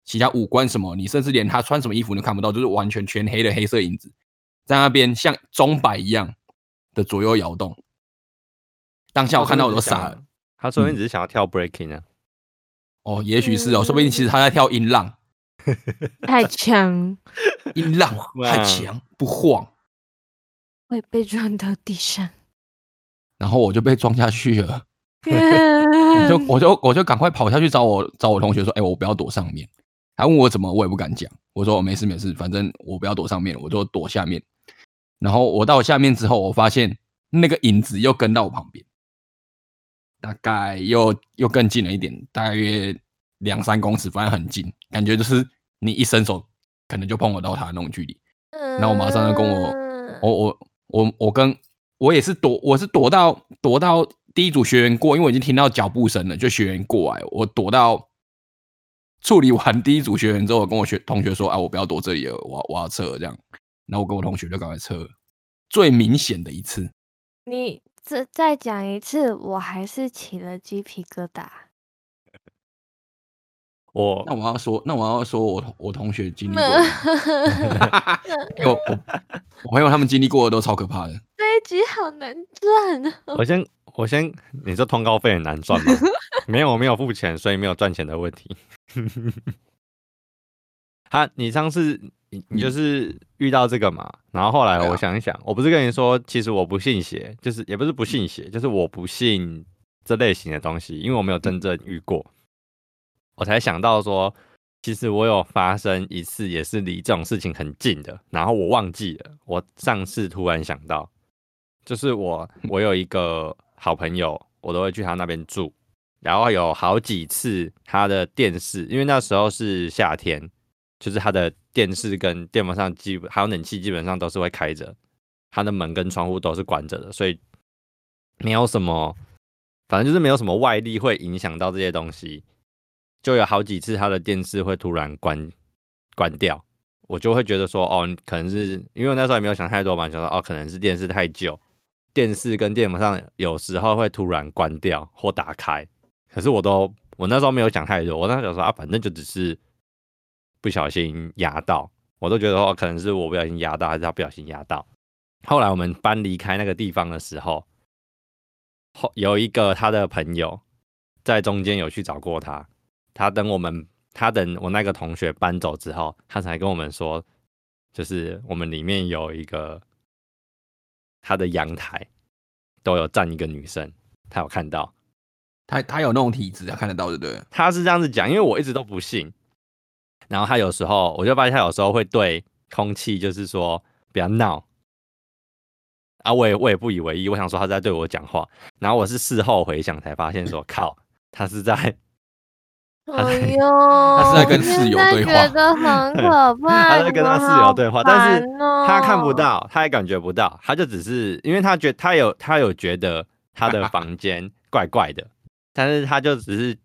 [SPEAKER 3] 其他五官什么，你甚至连他穿什么衣服都看不到，就是完全全黑的黑色影子，在那边像钟摆一样的左右摇动。当下我看到我都傻了。。
[SPEAKER 1] 他说明只是想要跳 breaking 啊，
[SPEAKER 3] 哦，也许是哦，说不定其实他在跳音浪，
[SPEAKER 2] 太 强，
[SPEAKER 3] 音浪
[SPEAKER 1] 哇
[SPEAKER 3] 太强不晃，
[SPEAKER 2] 会被撞到地 上。
[SPEAKER 3] 然后我就被撞下去了。 我
[SPEAKER 2] 嗯
[SPEAKER 3] 就我就我就赶快跑下去找我找我同学说，哎、我不要躲上面。他问我怎么，我也不敢讲。我说我哦没事没事，反正我不要躲上面，我就躲下面。然后我到下面之后，我发现那个影子又跟到我旁边，大概又又更近了一点，大约两三公尺，反正很近，感觉就是你一伸手可能就碰得到它那种距离。
[SPEAKER 2] 然
[SPEAKER 3] 后我马上就跟我
[SPEAKER 2] 嗯
[SPEAKER 3] 哦我我我我跟我也是躲，我是躲到躲到第一组学员过，因为我已经听到脚步声了，就学员过来，我躲到处理完第一组学员之后，我跟我学同学说，啊，我不要躲这里了，我要我要撤了这样。然后我跟我同学就赶快撤了。最明显的一次，
[SPEAKER 2] 你这再讲一次，我还是起了鸡皮疙瘩。
[SPEAKER 1] 我
[SPEAKER 3] 那我要说，那我要说我我同学经历过的，因为我我我朋友他们经历过的都超可怕的。
[SPEAKER 2] 这一集好难赚 啊！
[SPEAKER 1] 我先我先，你这通告费很难赚吗？没有，我没有付钱，所以没有赚钱的问题。 他，你上次你你就是遇到这个嘛，然后后来
[SPEAKER 3] 对啊
[SPEAKER 1] 我想一想，我不是跟你说，其实我不信邪，就是也不是不信邪，就是我不信这类型的东西，因为我没有真正遇过，我才想到说，其实我有发生一次，也是离这种事情很近的，然后我忘记了，我上次突然想到，就是我我有一个好朋友，我都会去他那边住，然后有好几次他的电视，因为那时候是夏天，就是他的电视跟电风扇基本还有冷气基本上都是会开着，他的门跟窗户都是关着的，所以没有什么，反正就是没有什么外力会影响到这些东西。就有好几次他的电视会突然关关掉，我就会觉得说，哦，可能是因为我那时候也没有想太多嘛，想说哦，可能是电视太旧，电视跟电风扇有时候会突然关掉或打开，可是我都我那时候没有想太多，我那时候想说啊，反正就只是不小心压到，我都觉得哦，可能是我不小心压到，还是他不小心压到。后来我们搬离开那个地方的时候，后有一个他的朋友在中间有去找过他，他等我们，他等我那个同学搬走之后，他才跟我们说，就是我们里面有一个他的阳台都有站一个女生，他有看到，
[SPEAKER 3] 他他有那种体质，他看得到，对不对了？
[SPEAKER 1] 他是这样子讲，因为我一直都不信。然后他有时候，我就发现他有时候会对空气就是说不要闹啊，我也我也不以为意，我想说他在对我讲话。然后我是事后回想才发现说，靠，他是在
[SPEAKER 2] 哎
[SPEAKER 1] 在
[SPEAKER 2] 呦，
[SPEAKER 3] 是在跟
[SPEAKER 2] 我
[SPEAKER 3] 室友
[SPEAKER 2] 现在
[SPEAKER 3] 对话
[SPEAKER 2] 觉得 很可怕。
[SPEAKER 1] 他在跟他
[SPEAKER 2] 你
[SPEAKER 1] 室
[SPEAKER 2] 们
[SPEAKER 1] 友
[SPEAKER 2] 好
[SPEAKER 1] 对话，但是
[SPEAKER 2] 烦哦
[SPEAKER 1] 他看不。到，他也感觉不到，他就只是因为他觉他有他有觉得他 的房间怪怪的，但是他就只是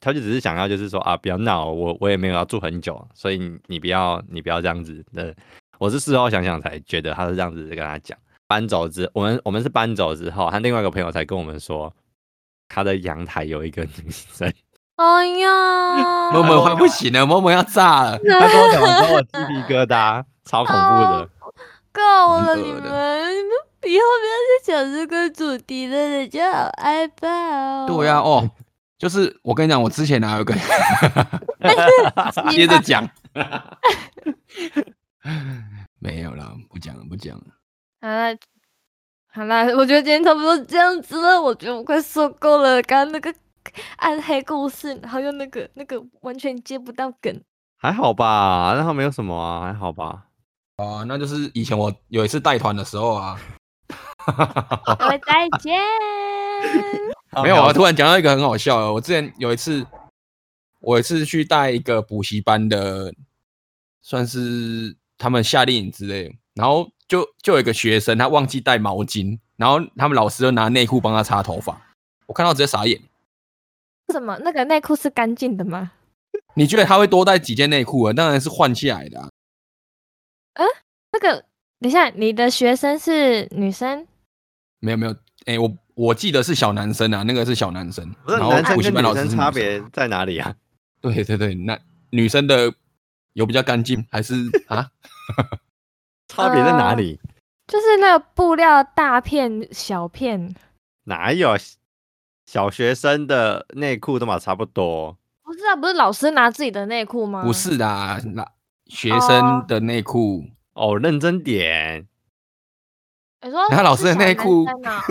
[SPEAKER 1] 他就只是想要就是说啊，不要闹，我我也没有要住很久，所以你你不要你不要这样子的。我是事后想想才觉得他是这样子跟他讲。搬走之，我们我们是搬走之后，他另外一个朋友才跟我们说，他的阳台有一个女 生。
[SPEAKER 2] 哎 呀，
[SPEAKER 3] 默默快不行了，默默要炸了。
[SPEAKER 1] 他跟我讲完之后，我鸡皮疙瘩，超恐怖的。
[SPEAKER 2] 够了，
[SPEAKER 3] 蛮恶
[SPEAKER 2] 你们
[SPEAKER 3] 的
[SPEAKER 2] 以后不要再讲这个主题了，人家好害怕哦。
[SPEAKER 3] 对呀、哦，就是我跟 你讲，我之前啊哪有一个
[SPEAKER 2] 你
[SPEAKER 3] 接着
[SPEAKER 2] 把
[SPEAKER 3] 讲，没有啦，不讲了，不讲了。
[SPEAKER 2] 好啦，好啦，我觉得今天差不多这样子了。我觉得我快受够了，刚刚那个暗黑故事，然后又那个那个完全接不到 梗。
[SPEAKER 1] 还好吧，然后没有什么啊，还好吧。
[SPEAKER 3] 哦，那就是以前我有一次带团的时候啊，
[SPEAKER 2] 各位再见。
[SPEAKER 3] 没有啊，突然讲到一个很好笑的，我之前有一次，我有一次去带一个补习班的，算是他们夏令营之类的，然后就就有一个学生他忘记带毛巾，然后他们老师就拿内裤帮他擦头发，我看到直接傻眼。
[SPEAKER 2] 什么？那个内裤是干净的吗？
[SPEAKER 3] 你觉得他会多带几件内裤啊？当然是换下来的、啊。
[SPEAKER 2] 那个，等一下，你的学生是女生？
[SPEAKER 3] 没有没有，哎、我我记得是小男生啊，那个是小男生。
[SPEAKER 1] 不是
[SPEAKER 3] 然后
[SPEAKER 1] 男生
[SPEAKER 3] 补习
[SPEAKER 1] 跟
[SPEAKER 3] 班
[SPEAKER 1] 女
[SPEAKER 3] 老师
[SPEAKER 1] 生
[SPEAKER 3] 是
[SPEAKER 1] 差
[SPEAKER 3] 女生
[SPEAKER 1] 别在哪 里啊？
[SPEAKER 3] 对对对，那女生的有比较干净还是啊？
[SPEAKER 1] 差别在哪里？
[SPEAKER 2] 就是那个布料大片、小片，
[SPEAKER 1] 哪有啊小学生的内裤都嘛差不多？
[SPEAKER 2] 不是啊？不是老师拿自己的内裤吗？
[SPEAKER 3] 不，是啦，那学
[SPEAKER 2] 嗯哦
[SPEAKER 3] 生的内裤，
[SPEAKER 1] 哦，认真点，
[SPEAKER 2] 你说
[SPEAKER 3] 拿老师的
[SPEAKER 2] 是小
[SPEAKER 3] 内裤
[SPEAKER 2] 男生啊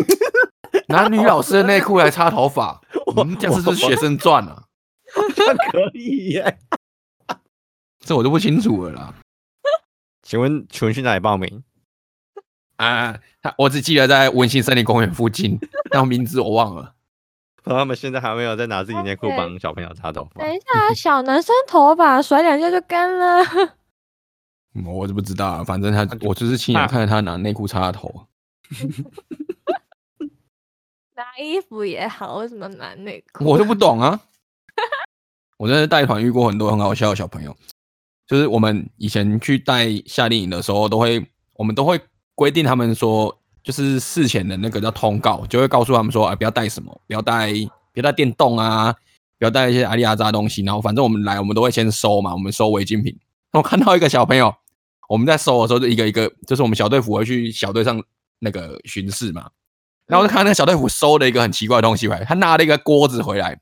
[SPEAKER 3] 拿女老师的内裤来擦 头发，
[SPEAKER 1] 我
[SPEAKER 3] 嗯这样是不是学生赚啊了、
[SPEAKER 1] 可以耶。
[SPEAKER 3] 这我就不清楚了啦。
[SPEAKER 1] 请问，请问去哪里报名？
[SPEAKER 3] 啊，他我只记得在文心森林公园附近， 但名字我忘了。
[SPEAKER 1] 不然他们现在还没有在拿自己内裤
[SPEAKER 2] OK
[SPEAKER 1] 帮小朋友擦头发
[SPEAKER 2] 等。一下啊，小男生头发甩两下就干了。
[SPEAKER 3] 嗯我就不知道啊，反正他我就是亲眼看着他拿内裤擦头。
[SPEAKER 2] 拿衣服也好，为什么拿内裤？
[SPEAKER 3] 我就不懂啊。我真的带团遇过很多很好笑的小朋友，就是我们以前去带夏令营的时候，都会我们都会规定他们说，就是事前的那个叫通告，就会告诉他们说，啊，不要带什么，不要带，不要带电动啊，不要带一些阿里阿扎东西。然后反正我们来，我们都会先收嘛，我们收违禁品。我看到一个小朋友，我们在收的时候就一个一个，就是我们小队服会去小队上那个巡视嘛，然后我就看到那个小队服收了一个很奇怪的东西回来，他拿了一个锅子回来，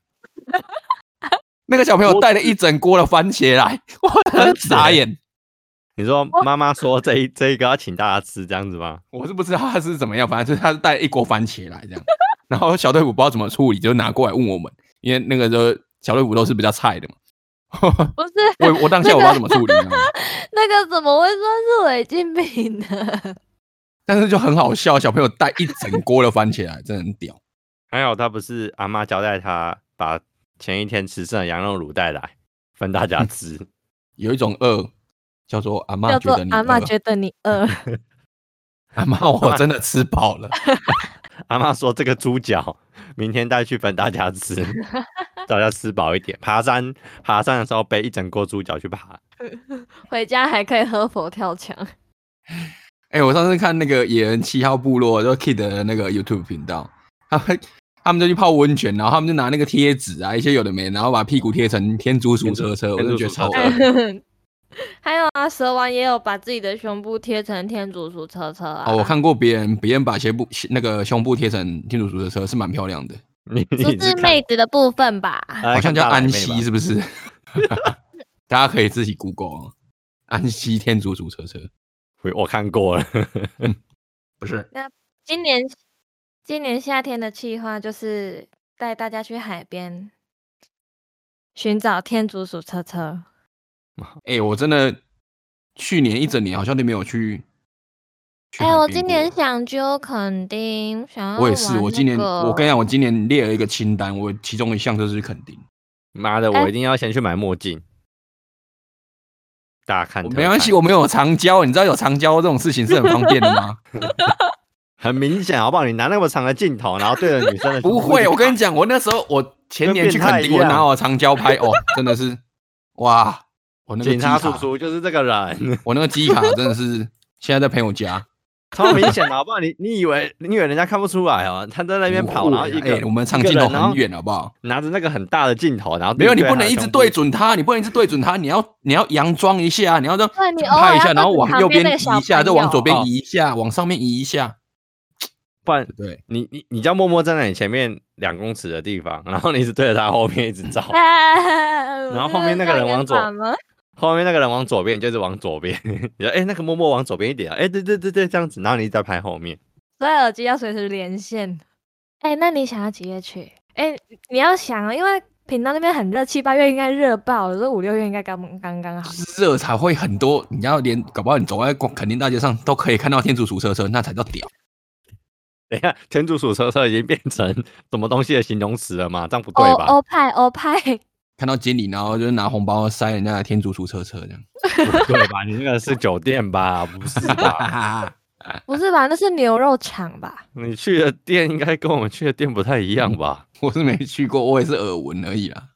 [SPEAKER 3] 那个小朋友带了一整锅的番茄来，我很傻眼，
[SPEAKER 1] 你说妈妈说这一这一个要请大家吃这样子吗？
[SPEAKER 3] 我是不知道他是怎么样，反正就是他是带了一锅番茄来这 样，然后小队服不知道怎么处理，就拿过来问我们，因为那个时候小队服都是比较菜的嘛，
[SPEAKER 2] 不是
[SPEAKER 3] 我我 当下我不知道怎么处理，你知道吗
[SPEAKER 2] 那个怎么会算是违禁品呢？
[SPEAKER 3] 但是就很好笑，小朋友带一整锅的番茄来，真的很屌。
[SPEAKER 1] 还好他不是阿妈交代他把前一天吃剩的羊肉卤带来分大家吃。
[SPEAKER 3] 有一种饿叫做阿妈
[SPEAKER 2] 叫
[SPEAKER 3] 觉
[SPEAKER 2] 做
[SPEAKER 3] 得你
[SPEAKER 2] 阿
[SPEAKER 3] 妈
[SPEAKER 2] 嬷觉得你 饿，
[SPEAKER 3] 阿妈我 真的吃饱了，
[SPEAKER 1] 阿妈说这个猪脚明天带去分大家 吃，大家吃饱一点。爬山爬山的时候背一整锅猪脚去爬，
[SPEAKER 2] 回家还可以喝佛跳 墙。
[SPEAKER 3] 哎、我上次看那个野人七号部落，就 Kid 的那个 YouTube 频道，他们他们就去泡温泉，然后他们就拿那个贴纸啊，一些有的没，然后把屁股贴成天竺鼠车车，我
[SPEAKER 1] 天竺
[SPEAKER 3] 就觉得超恶
[SPEAKER 1] 天竺鼠车
[SPEAKER 3] 心。
[SPEAKER 2] 还有啊，蛇丸也有把自己的胸部贴成天竺鼠车车啊。
[SPEAKER 3] 哦，我看过别人别人把鞋部那个胸部贴成天竺鼠车车，是蛮漂亮的，
[SPEAKER 1] 你
[SPEAKER 2] 这
[SPEAKER 1] 你
[SPEAKER 2] 是
[SPEAKER 1] 看哎
[SPEAKER 2] 妹子的部分吧？
[SPEAKER 1] 好
[SPEAKER 3] 好像叫安息，
[SPEAKER 1] 吧？
[SPEAKER 3] 是不是？ 大家可以自己 Google 啊安息天竺鼠车车，
[SPEAKER 1] 我我看过了，
[SPEAKER 3] 不是
[SPEAKER 2] 今年今年夏天的计划就是带大家去海边寻找天竺鼠车车。
[SPEAKER 3] 哎、我真的去年一整年好像都没有去。去
[SPEAKER 2] 哎、
[SPEAKER 3] 海
[SPEAKER 2] 我
[SPEAKER 3] 边
[SPEAKER 2] 今
[SPEAKER 3] 过
[SPEAKER 2] 年想揪垦丁，想要
[SPEAKER 3] 我也是，
[SPEAKER 2] 玩
[SPEAKER 3] 我
[SPEAKER 2] 那
[SPEAKER 3] 今年
[SPEAKER 2] 个
[SPEAKER 3] 我跟你讲，我今年列了一个清单，我其中一项就是垦丁。
[SPEAKER 1] 妈的，
[SPEAKER 2] 哎
[SPEAKER 1] 我一定要先去买墨镜，大看
[SPEAKER 3] 我
[SPEAKER 1] 特
[SPEAKER 3] 没关系，
[SPEAKER 1] 看
[SPEAKER 3] 我们有长焦，你知道有长焦这种事情是很方便 的吗？
[SPEAKER 1] 很明显，好不好？你拿那么长的镜头，然后对着女生的
[SPEAKER 3] 不会，我跟你讲，我那时候我前年去垦
[SPEAKER 1] 跟变态一
[SPEAKER 3] 丁，我
[SPEAKER 1] 样
[SPEAKER 3] 拿我长焦拍，哦，真的是哇，我那个
[SPEAKER 1] 警
[SPEAKER 3] 机
[SPEAKER 1] 察
[SPEAKER 3] 卡，
[SPEAKER 1] 叔叔就是这个人，
[SPEAKER 3] 我那个机卡真的是现在在朋友家，
[SPEAKER 1] 超明显的，好不好？你你以为你以为人家看不出来哦？他在那边跑，
[SPEAKER 3] 不会
[SPEAKER 1] 然
[SPEAKER 3] 啊
[SPEAKER 1] 后一个、
[SPEAKER 3] 哎我们长
[SPEAKER 1] 一个
[SPEAKER 3] 镜头
[SPEAKER 1] 人然
[SPEAKER 3] 很
[SPEAKER 1] 后
[SPEAKER 3] 远，好不好？
[SPEAKER 1] 拿着那个很大的镜头，然后
[SPEAKER 3] 没有，你
[SPEAKER 1] 对
[SPEAKER 3] 不
[SPEAKER 1] 他
[SPEAKER 3] 能
[SPEAKER 1] 的
[SPEAKER 3] 一直
[SPEAKER 1] 胸部
[SPEAKER 3] 对，准它，你不能一直对准它，你要你要佯装一下，你要这样
[SPEAKER 2] 对你偶尔
[SPEAKER 3] 拍一
[SPEAKER 2] 要
[SPEAKER 3] 下，
[SPEAKER 2] 对
[SPEAKER 3] 然后
[SPEAKER 2] 准
[SPEAKER 3] 往
[SPEAKER 2] 旁
[SPEAKER 3] 右
[SPEAKER 2] 边那个
[SPEAKER 3] 边
[SPEAKER 2] 小
[SPEAKER 3] 移一下，再
[SPEAKER 2] 朋
[SPEAKER 3] 往
[SPEAKER 2] 友
[SPEAKER 3] 左边
[SPEAKER 1] 哦
[SPEAKER 3] 移一下，往上面移一下，
[SPEAKER 1] 不然
[SPEAKER 3] 对。
[SPEAKER 1] 你你你叫默默站在你前面两公尺的地方，然后你一直对着他后面一直照，
[SPEAKER 2] 哎然
[SPEAKER 1] 后后面那个人往左
[SPEAKER 2] 吗？
[SPEAKER 1] 后面那个人往左边你就是往左边， 你说哎、那个默默往左边一点啊，哎、对对对对，这样子，然后你一直在拍后面。
[SPEAKER 2] 所以耳机要随时连线。哎、那你想要几月去？哎、你要想哦，因为频道那边很热，七八月应该热爆了，所以五六月应该刚刚刚好。
[SPEAKER 3] 热才会很多，你要连搞不好你走在广垦丁大街上都可以看到天竺鼠车车，那才叫屌。
[SPEAKER 1] 等一下，天竺鼠车车已经变成什么东西的形容词了吗？这样不对吧？
[SPEAKER 2] 欧哦派欧派，
[SPEAKER 3] 看到经理，然后就是拿红包塞人家的天竺鼠车车这样。
[SPEAKER 1] 不对吧？你那个是酒店吧？不是吧？
[SPEAKER 2] 不是吧？那是牛肉场吧？
[SPEAKER 1] 你去的店应该跟我们去的店不太一样吧？
[SPEAKER 3] 我是没去过，我也是耳闻而已啦。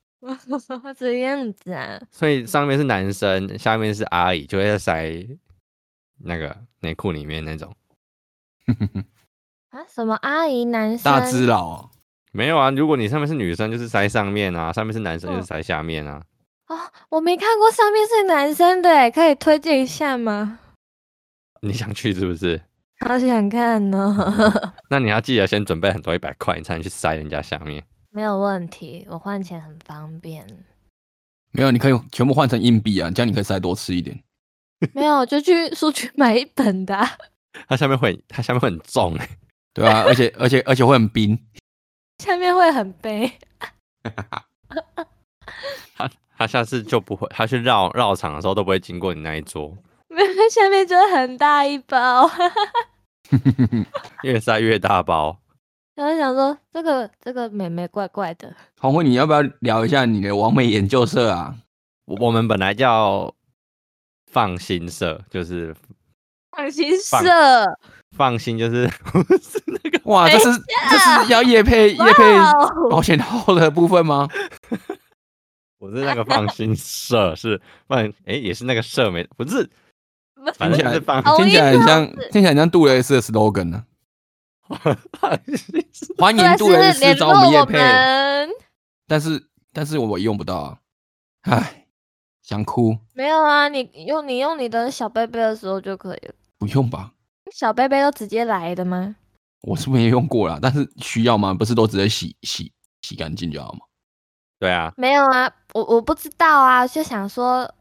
[SPEAKER 2] 这样子啊？
[SPEAKER 1] 所以上面是男生，下面是阿姨，就会塞那个内裤里面那种。
[SPEAKER 2] 啊，什么阿姨男生？
[SPEAKER 3] 大只佬哦，
[SPEAKER 1] 没有啊，如果你上面是女生，就是塞上面啊；上面是男生，就是
[SPEAKER 2] 嗯
[SPEAKER 1] 塞下面啊。
[SPEAKER 2] 哦，我没看过上面是男生的欸，可以推荐一下吗？
[SPEAKER 1] 你想去是不是？
[SPEAKER 2] 好想看哦，
[SPEAKER 1] 那你要记得先准备很多一百块，你才能去塞人家下面。
[SPEAKER 2] 没有问题，我换钱很方便。
[SPEAKER 3] 没有，你可以全部换成硬币啊，这样你可以塞多吃一点。
[SPEAKER 2] 没有，就去书局买一本的啊、
[SPEAKER 1] 它下面会很，它下面会很重、 欸。
[SPEAKER 3] 对啊，而且而且而且会很冰。
[SPEAKER 2] 下面会很悲。
[SPEAKER 1] 它它下次就不会，它去绕绕场的时候都不会经过你那一桌，
[SPEAKER 2] 没有，下面就是很大一包。
[SPEAKER 1] 越塞越大包。
[SPEAKER 2] 然后想说，这个这个妹妹怪怪的，
[SPEAKER 3] 红辉，你要不要聊一下你的完美研究 社啊？
[SPEAKER 1] 我我们本来叫放心社，就是
[SPEAKER 2] 放心
[SPEAKER 1] 放
[SPEAKER 2] 社，
[SPEAKER 1] 放心，就是 是那个
[SPEAKER 3] 哇，这是这是要叶配叶配
[SPEAKER 2] 哇哦
[SPEAKER 3] 保险套的部分吗？
[SPEAKER 1] 不是那个放心社，是放哎、也是那个社没不是，反正
[SPEAKER 3] 听起
[SPEAKER 1] 就
[SPEAKER 3] 来
[SPEAKER 1] 是放
[SPEAKER 2] 哦
[SPEAKER 3] 听起来很像
[SPEAKER 2] 我一直
[SPEAKER 3] 听起来很像杜蕾斯的 slogan 呢、
[SPEAKER 1] 放心社。
[SPEAKER 3] 欢迎杜
[SPEAKER 2] 杜
[SPEAKER 3] 蕾
[SPEAKER 2] 蕾
[SPEAKER 3] 斯
[SPEAKER 2] 联
[SPEAKER 3] 找
[SPEAKER 2] 络
[SPEAKER 3] 我们叶
[SPEAKER 2] 我
[SPEAKER 3] 配，
[SPEAKER 2] 们。
[SPEAKER 3] 但是但是我用不到啊，唉，想哭，
[SPEAKER 2] 没有啊，你用你用你的小贝贝的时候就可以了。
[SPEAKER 3] 不用吧？
[SPEAKER 2] 小贝贝都直接来的吗？
[SPEAKER 3] 我是没用过啦，但是需要吗？不是都直接洗洗洗干净就好吗？
[SPEAKER 1] 对啊，
[SPEAKER 2] 没有啊，我我不知道啊，就想说，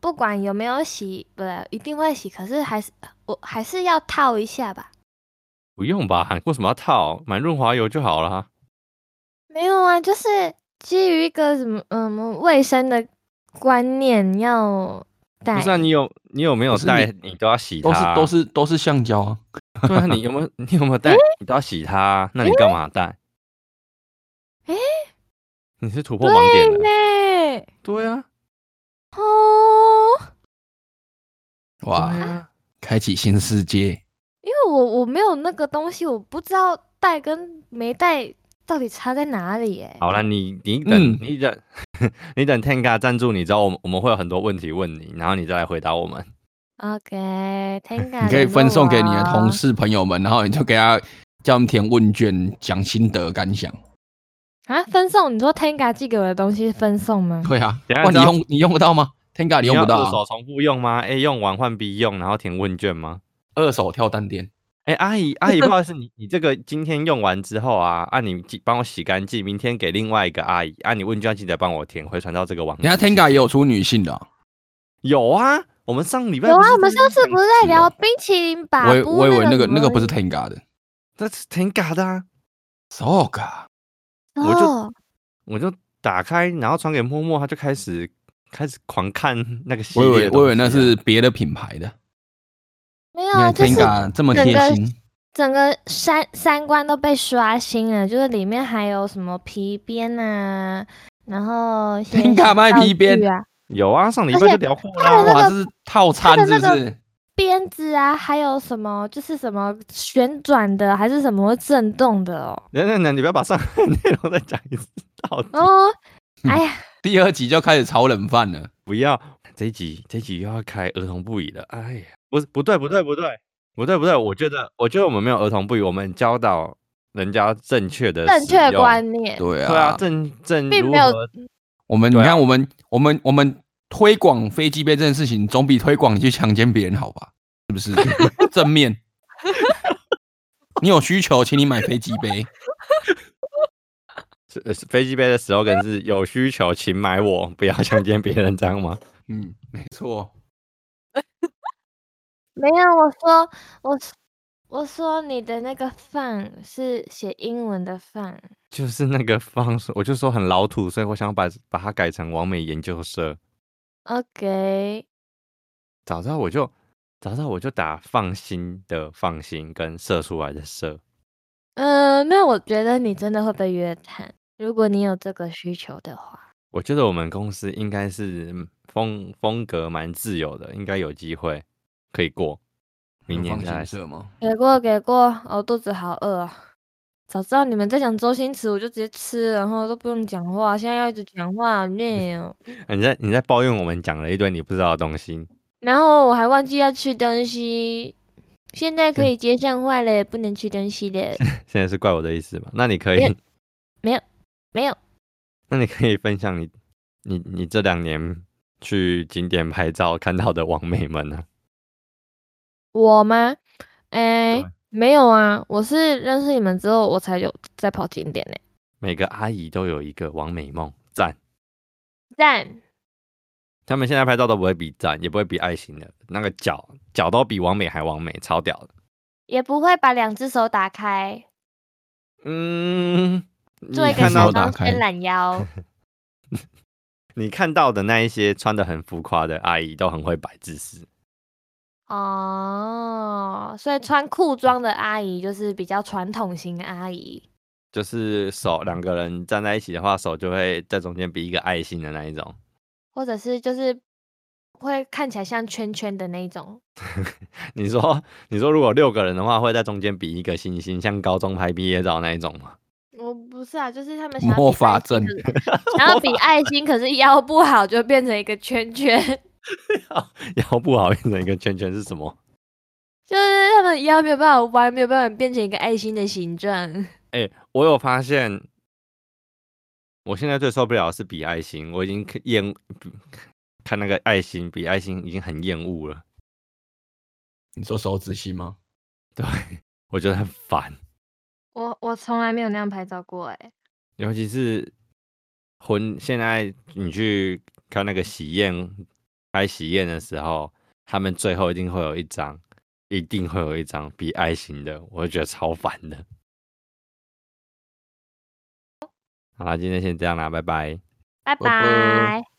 [SPEAKER 2] 不管有没有洗，不对，一定会洗，可是还是我还是要套一下吧。
[SPEAKER 1] 不用吧？为什么要套？买润滑油就好了。
[SPEAKER 2] 没有啊，就是基于一个什么嗯什么卫生的观念要带。
[SPEAKER 1] 不是啊，你有你有没有
[SPEAKER 3] 不是你
[SPEAKER 1] 带？你都要洗
[SPEAKER 3] 都是
[SPEAKER 1] 它。啊
[SPEAKER 3] 都是都是橡胶啊，
[SPEAKER 1] 对啊，你有没有你有没有带？你都要洗它，啊那你干嘛带？
[SPEAKER 2] 诶
[SPEAKER 1] 你是突破盲点了。
[SPEAKER 2] 对呢，
[SPEAKER 1] 对啊，
[SPEAKER 2] 哦，
[SPEAKER 3] 哇，
[SPEAKER 2] 嗯
[SPEAKER 1] 对啊
[SPEAKER 3] 开启新世界，
[SPEAKER 2] 因为我我没有那个东西，我不知道带跟没带到底差在哪里哎、
[SPEAKER 1] 好了，你你等、
[SPEAKER 3] 嗯
[SPEAKER 1] 你等你等 Tenga 赞助你之后，我们我们会有很多问题问你，然后你再来回答我们。
[SPEAKER 2] OK，天
[SPEAKER 3] 你可
[SPEAKER 1] 啊
[SPEAKER 3] 以分送给你的同。事朋友们，然后你就给他叫他们填问卷，讲心得感想。
[SPEAKER 2] 啊，分送？你说 Tenga 寄给我的东西分送吗？
[SPEAKER 3] 对啊，
[SPEAKER 1] 嗯等一下
[SPEAKER 3] 哇，你
[SPEAKER 1] 这样
[SPEAKER 3] 用你用得到吗？Tenga 你用不到、
[SPEAKER 1] 你要
[SPEAKER 3] 啊
[SPEAKER 1] 二，手重复用吗？A 用完换 B 用，然后填问卷吗？
[SPEAKER 3] 二手跳蛋店。
[SPEAKER 1] 哎、阿姨，阿姨，不好意思，你你这个今天用完之后啊，啊你记帮我洗干净，明天给另外一个阿姨，啊你问卷记得帮我填，回传到这个网址。
[SPEAKER 3] 人家 Tenga 也有出女性的啊、
[SPEAKER 1] 有啊，我们上礼拜
[SPEAKER 2] 有
[SPEAKER 1] 不
[SPEAKER 2] 啊
[SPEAKER 1] 是，
[SPEAKER 2] 我们
[SPEAKER 1] 在
[SPEAKER 2] 上次
[SPEAKER 1] 讲
[SPEAKER 2] 不是在
[SPEAKER 1] 起
[SPEAKER 2] 聊
[SPEAKER 1] 哦，
[SPEAKER 2] 冰淇淋吧？
[SPEAKER 3] 我以我以为那个
[SPEAKER 2] 什么
[SPEAKER 3] 那个不是 Tenga 的
[SPEAKER 1] 那是 Tenga 的啊，
[SPEAKER 3] ，Soga。
[SPEAKER 2] 什
[SPEAKER 1] 我就
[SPEAKER 2] 哦，
[SPEAKER 1] 我就打开，然后传给默默，他就开始开始狂看那个系
[SPEAKER 3] 我以
[SPEAKER 1] 列、
[SPEAKER 3] 为我以为那是，别的品牌的，
[SPEAKER 2] 没有
[SPEAKER 3] 你
[SPEAKER 2] 啊，
[SPEAKER 3] 看
[SPEAKER 2] 就
[SPEAKER 3] 天
[SPEAKER 2] 是
[SPEAKER 3] 嘎这么
[SPEAKER 2] 整
[SPEAKER 3] 贴
[SPEAKER 2] 个
[SPEAKER 3] 心，
[SPEAKER 2] 整个三三观都被刷新了，就是里面还有什么皮鞭啊，然后一些
[SPEAKER 3] 天嘎卖
[SPEAKER 2] 小道
[SPEAKER 3] 皮鞭
[SPEAKER 2] 具啊，
[SPEAKER 1] 有啊，上礼拜
[SPEAKER 2] 而且
[SPEAKER 1] 就聊过
[SPEAKER 2] 他
[SPEAKER 1] 啦。
[SPEAKER 2] 的那个
[SPEAKER 3] 哇，这是套餐
[SPEAKER 2] 他的
[SPEAKER 3] 是不
[SPEAKER 2] 那个
[SPEAKER 3] 是？
[SPEAKER 2] 鞭子啊，还有什么就是什么旋转的，还是什么会震动的哦。
[SPEAKER 1] 等等等，你不要把上面的内容再讲一次， 到底
[SPEAKER 2] 哦，哎呀，
[SPEAKER 3] 第二集就开始炒冷饭了。
[SPEAKER 1] 不要这一集，这一集又要开儿童不宜了。哎呀，不是不对不
[SPEAKER 2] 嗯
[SPEAKER 1] 对不对不对不对，我觉得我觉得我们没有儿童不宜，我们教导人家正确的
[SPEAKER 2] 正
[SPEAKER 1] 使
[SPEAKER 2] 确
[SPEAKER 1] 用
[SPEAKER 2] 观念，
[SPEAKER 3] 哦对
[SPEAKER 1] 对啊，正正
[SPEAKER 2] 并
[SPEAKER 1] 如
[SPEAKER 2] 没有
[SPEAKER 1] 何
[SPEAKER 3] 我们你
[SPEAKER 1] 对啊
[SPEAKER 3] 看，我们我们我们推广非机杯这件事情，总比推广你去强奸别人好吧？是不是？ 正面， 你有需求，请你买飞机杯。
[SPEAKER 1] 是呃是飞机杯的 slogan 是有需求请买我，不要强奸别人，这样吗？
[SPEAKER 3] 嗯，没错。
[SPEAKER 2] 没有我说我说我说你的那个饭是写英文的饭，
[SPEAKER 1] 就是那个方式，我就说很老土，所以我想把把它改成完美研究社。
[SPEAKER 2] OK，
[SPEAKER 1] 早知道我就早知道我就打放心的放心跟射出来的射，
[SPEAKER 2] 嗯、呃，那我觉得你真的会被约谈，如果你有这个需求的话。
[SPEAKER 1] 我觉得我们公司应该是嗯风风格蛮自由的，应该有机会可以过。明年再来
[SPEAKER 3] 放心社吗？
[SPEAKER 2] 给过给过，哦，肚子好饿啊！早知道你们在讲周星驰，我就直接吃，然后都不用讲话。现在要一直讲话，好累哦。
[SPEAKER 1] 啊你在你在抱怨我们讲了一堆你不知道的东西，
[SPEAKER 2] 然后我还忘记要吃东西，现在可以接上话了，不能吃东西了。
[SPEAKER 1] 现在是怪我的意思吗？那你可
[SPEAKER 2] 没有
[SPEAKER 1] 以，
[SPEAKER 2] 没有，
[SPEAKER 1] 那你可以分享你你你这两年去景点拍照看到的网美们啊。
[SPEAKER 2] 我吗？哎
[SPEAKER 3] 对，
[SPEAKER 2] 没有啊，我是认识你们之后，我才有在跑景点呢、
[SPEAKER 1] 每个阿姨都有一个完美梦，赞！
[SPEAKER 2] 赞，
[SPEAKER 1] 他们现在拍照都不会比赞，也不会比爱心的，那个脚脚都比完美还完美，超屌的。
[SPEAKER 2] 也不会把两只手打开，
[SPEAKER 1] 嗯，你
[SPEAKER 2] 做一个
[SPEAKER 1] 看
[SPEAKER 2] 小
[SPEAKER 1] 到
[SPEAKER 3] 手打
[SPEAKER 2] 动
[SPEAKER 3] 开
[SPEAKER 2] 伸懒腰。
[SPEAKER 1] 你看到的那一些穿的很浮夸的阿姨都很会摆姿势，
[SPEAKER 2] 哦，所以穿裤装的阿姨就是比较传统型阿姨。
[SPEAKER 1] 就是手两个人站在一起的话，手就会在中间比一个爱心的那一种，
[SPEAKER 2] 或者是就是会看起来像圈圈的那一种。
[SPEAKER 1] 你说，你说如果六个人的话，会在中间比一个星星，像高中拍毕业照那一种吗？
[SPEAKER 2] 我不是啊，就是他们想要
[SPEAKER 3] 魔
[SPEAKER 2] 比
[SPEAKER 3] 法
[SPEAKER 2] 爱心
[SPEAKER 3] 阵
[SPEAKER 2] 可是想要比爱心，可是腰不好就变成一个圈圈，
[SPEAKER 1] 腰不好变成一个圈圈是什么？
[SPEAKER 2] 就是他们腰没有办法弯，没有办法变成一个爱心的形状。
[SPEAKER 1] 哎、我有发现，我现在最受不了的是比爱心，我已经看厌 不看那个爱心比爱心已经很厌恶了，
[SPEAKER 3] 你说手指心吗？
[SPEAKER 1] 我觉得很烦，
[SPEAKER 2] 我我从来没有那样拍照过哎、
[SPEAKER 1] 尤其是婚现在你去看那个喜宴，开喜宴的时候，他们最后一定会有一张，一定会有一张比爱心的，我就觉得超烦的。好啦，今天先这样啦，拜拜。
[SPEAKER 2] 拜
[SPEAKER 3] 拜
[SPEAKER 2] 拜。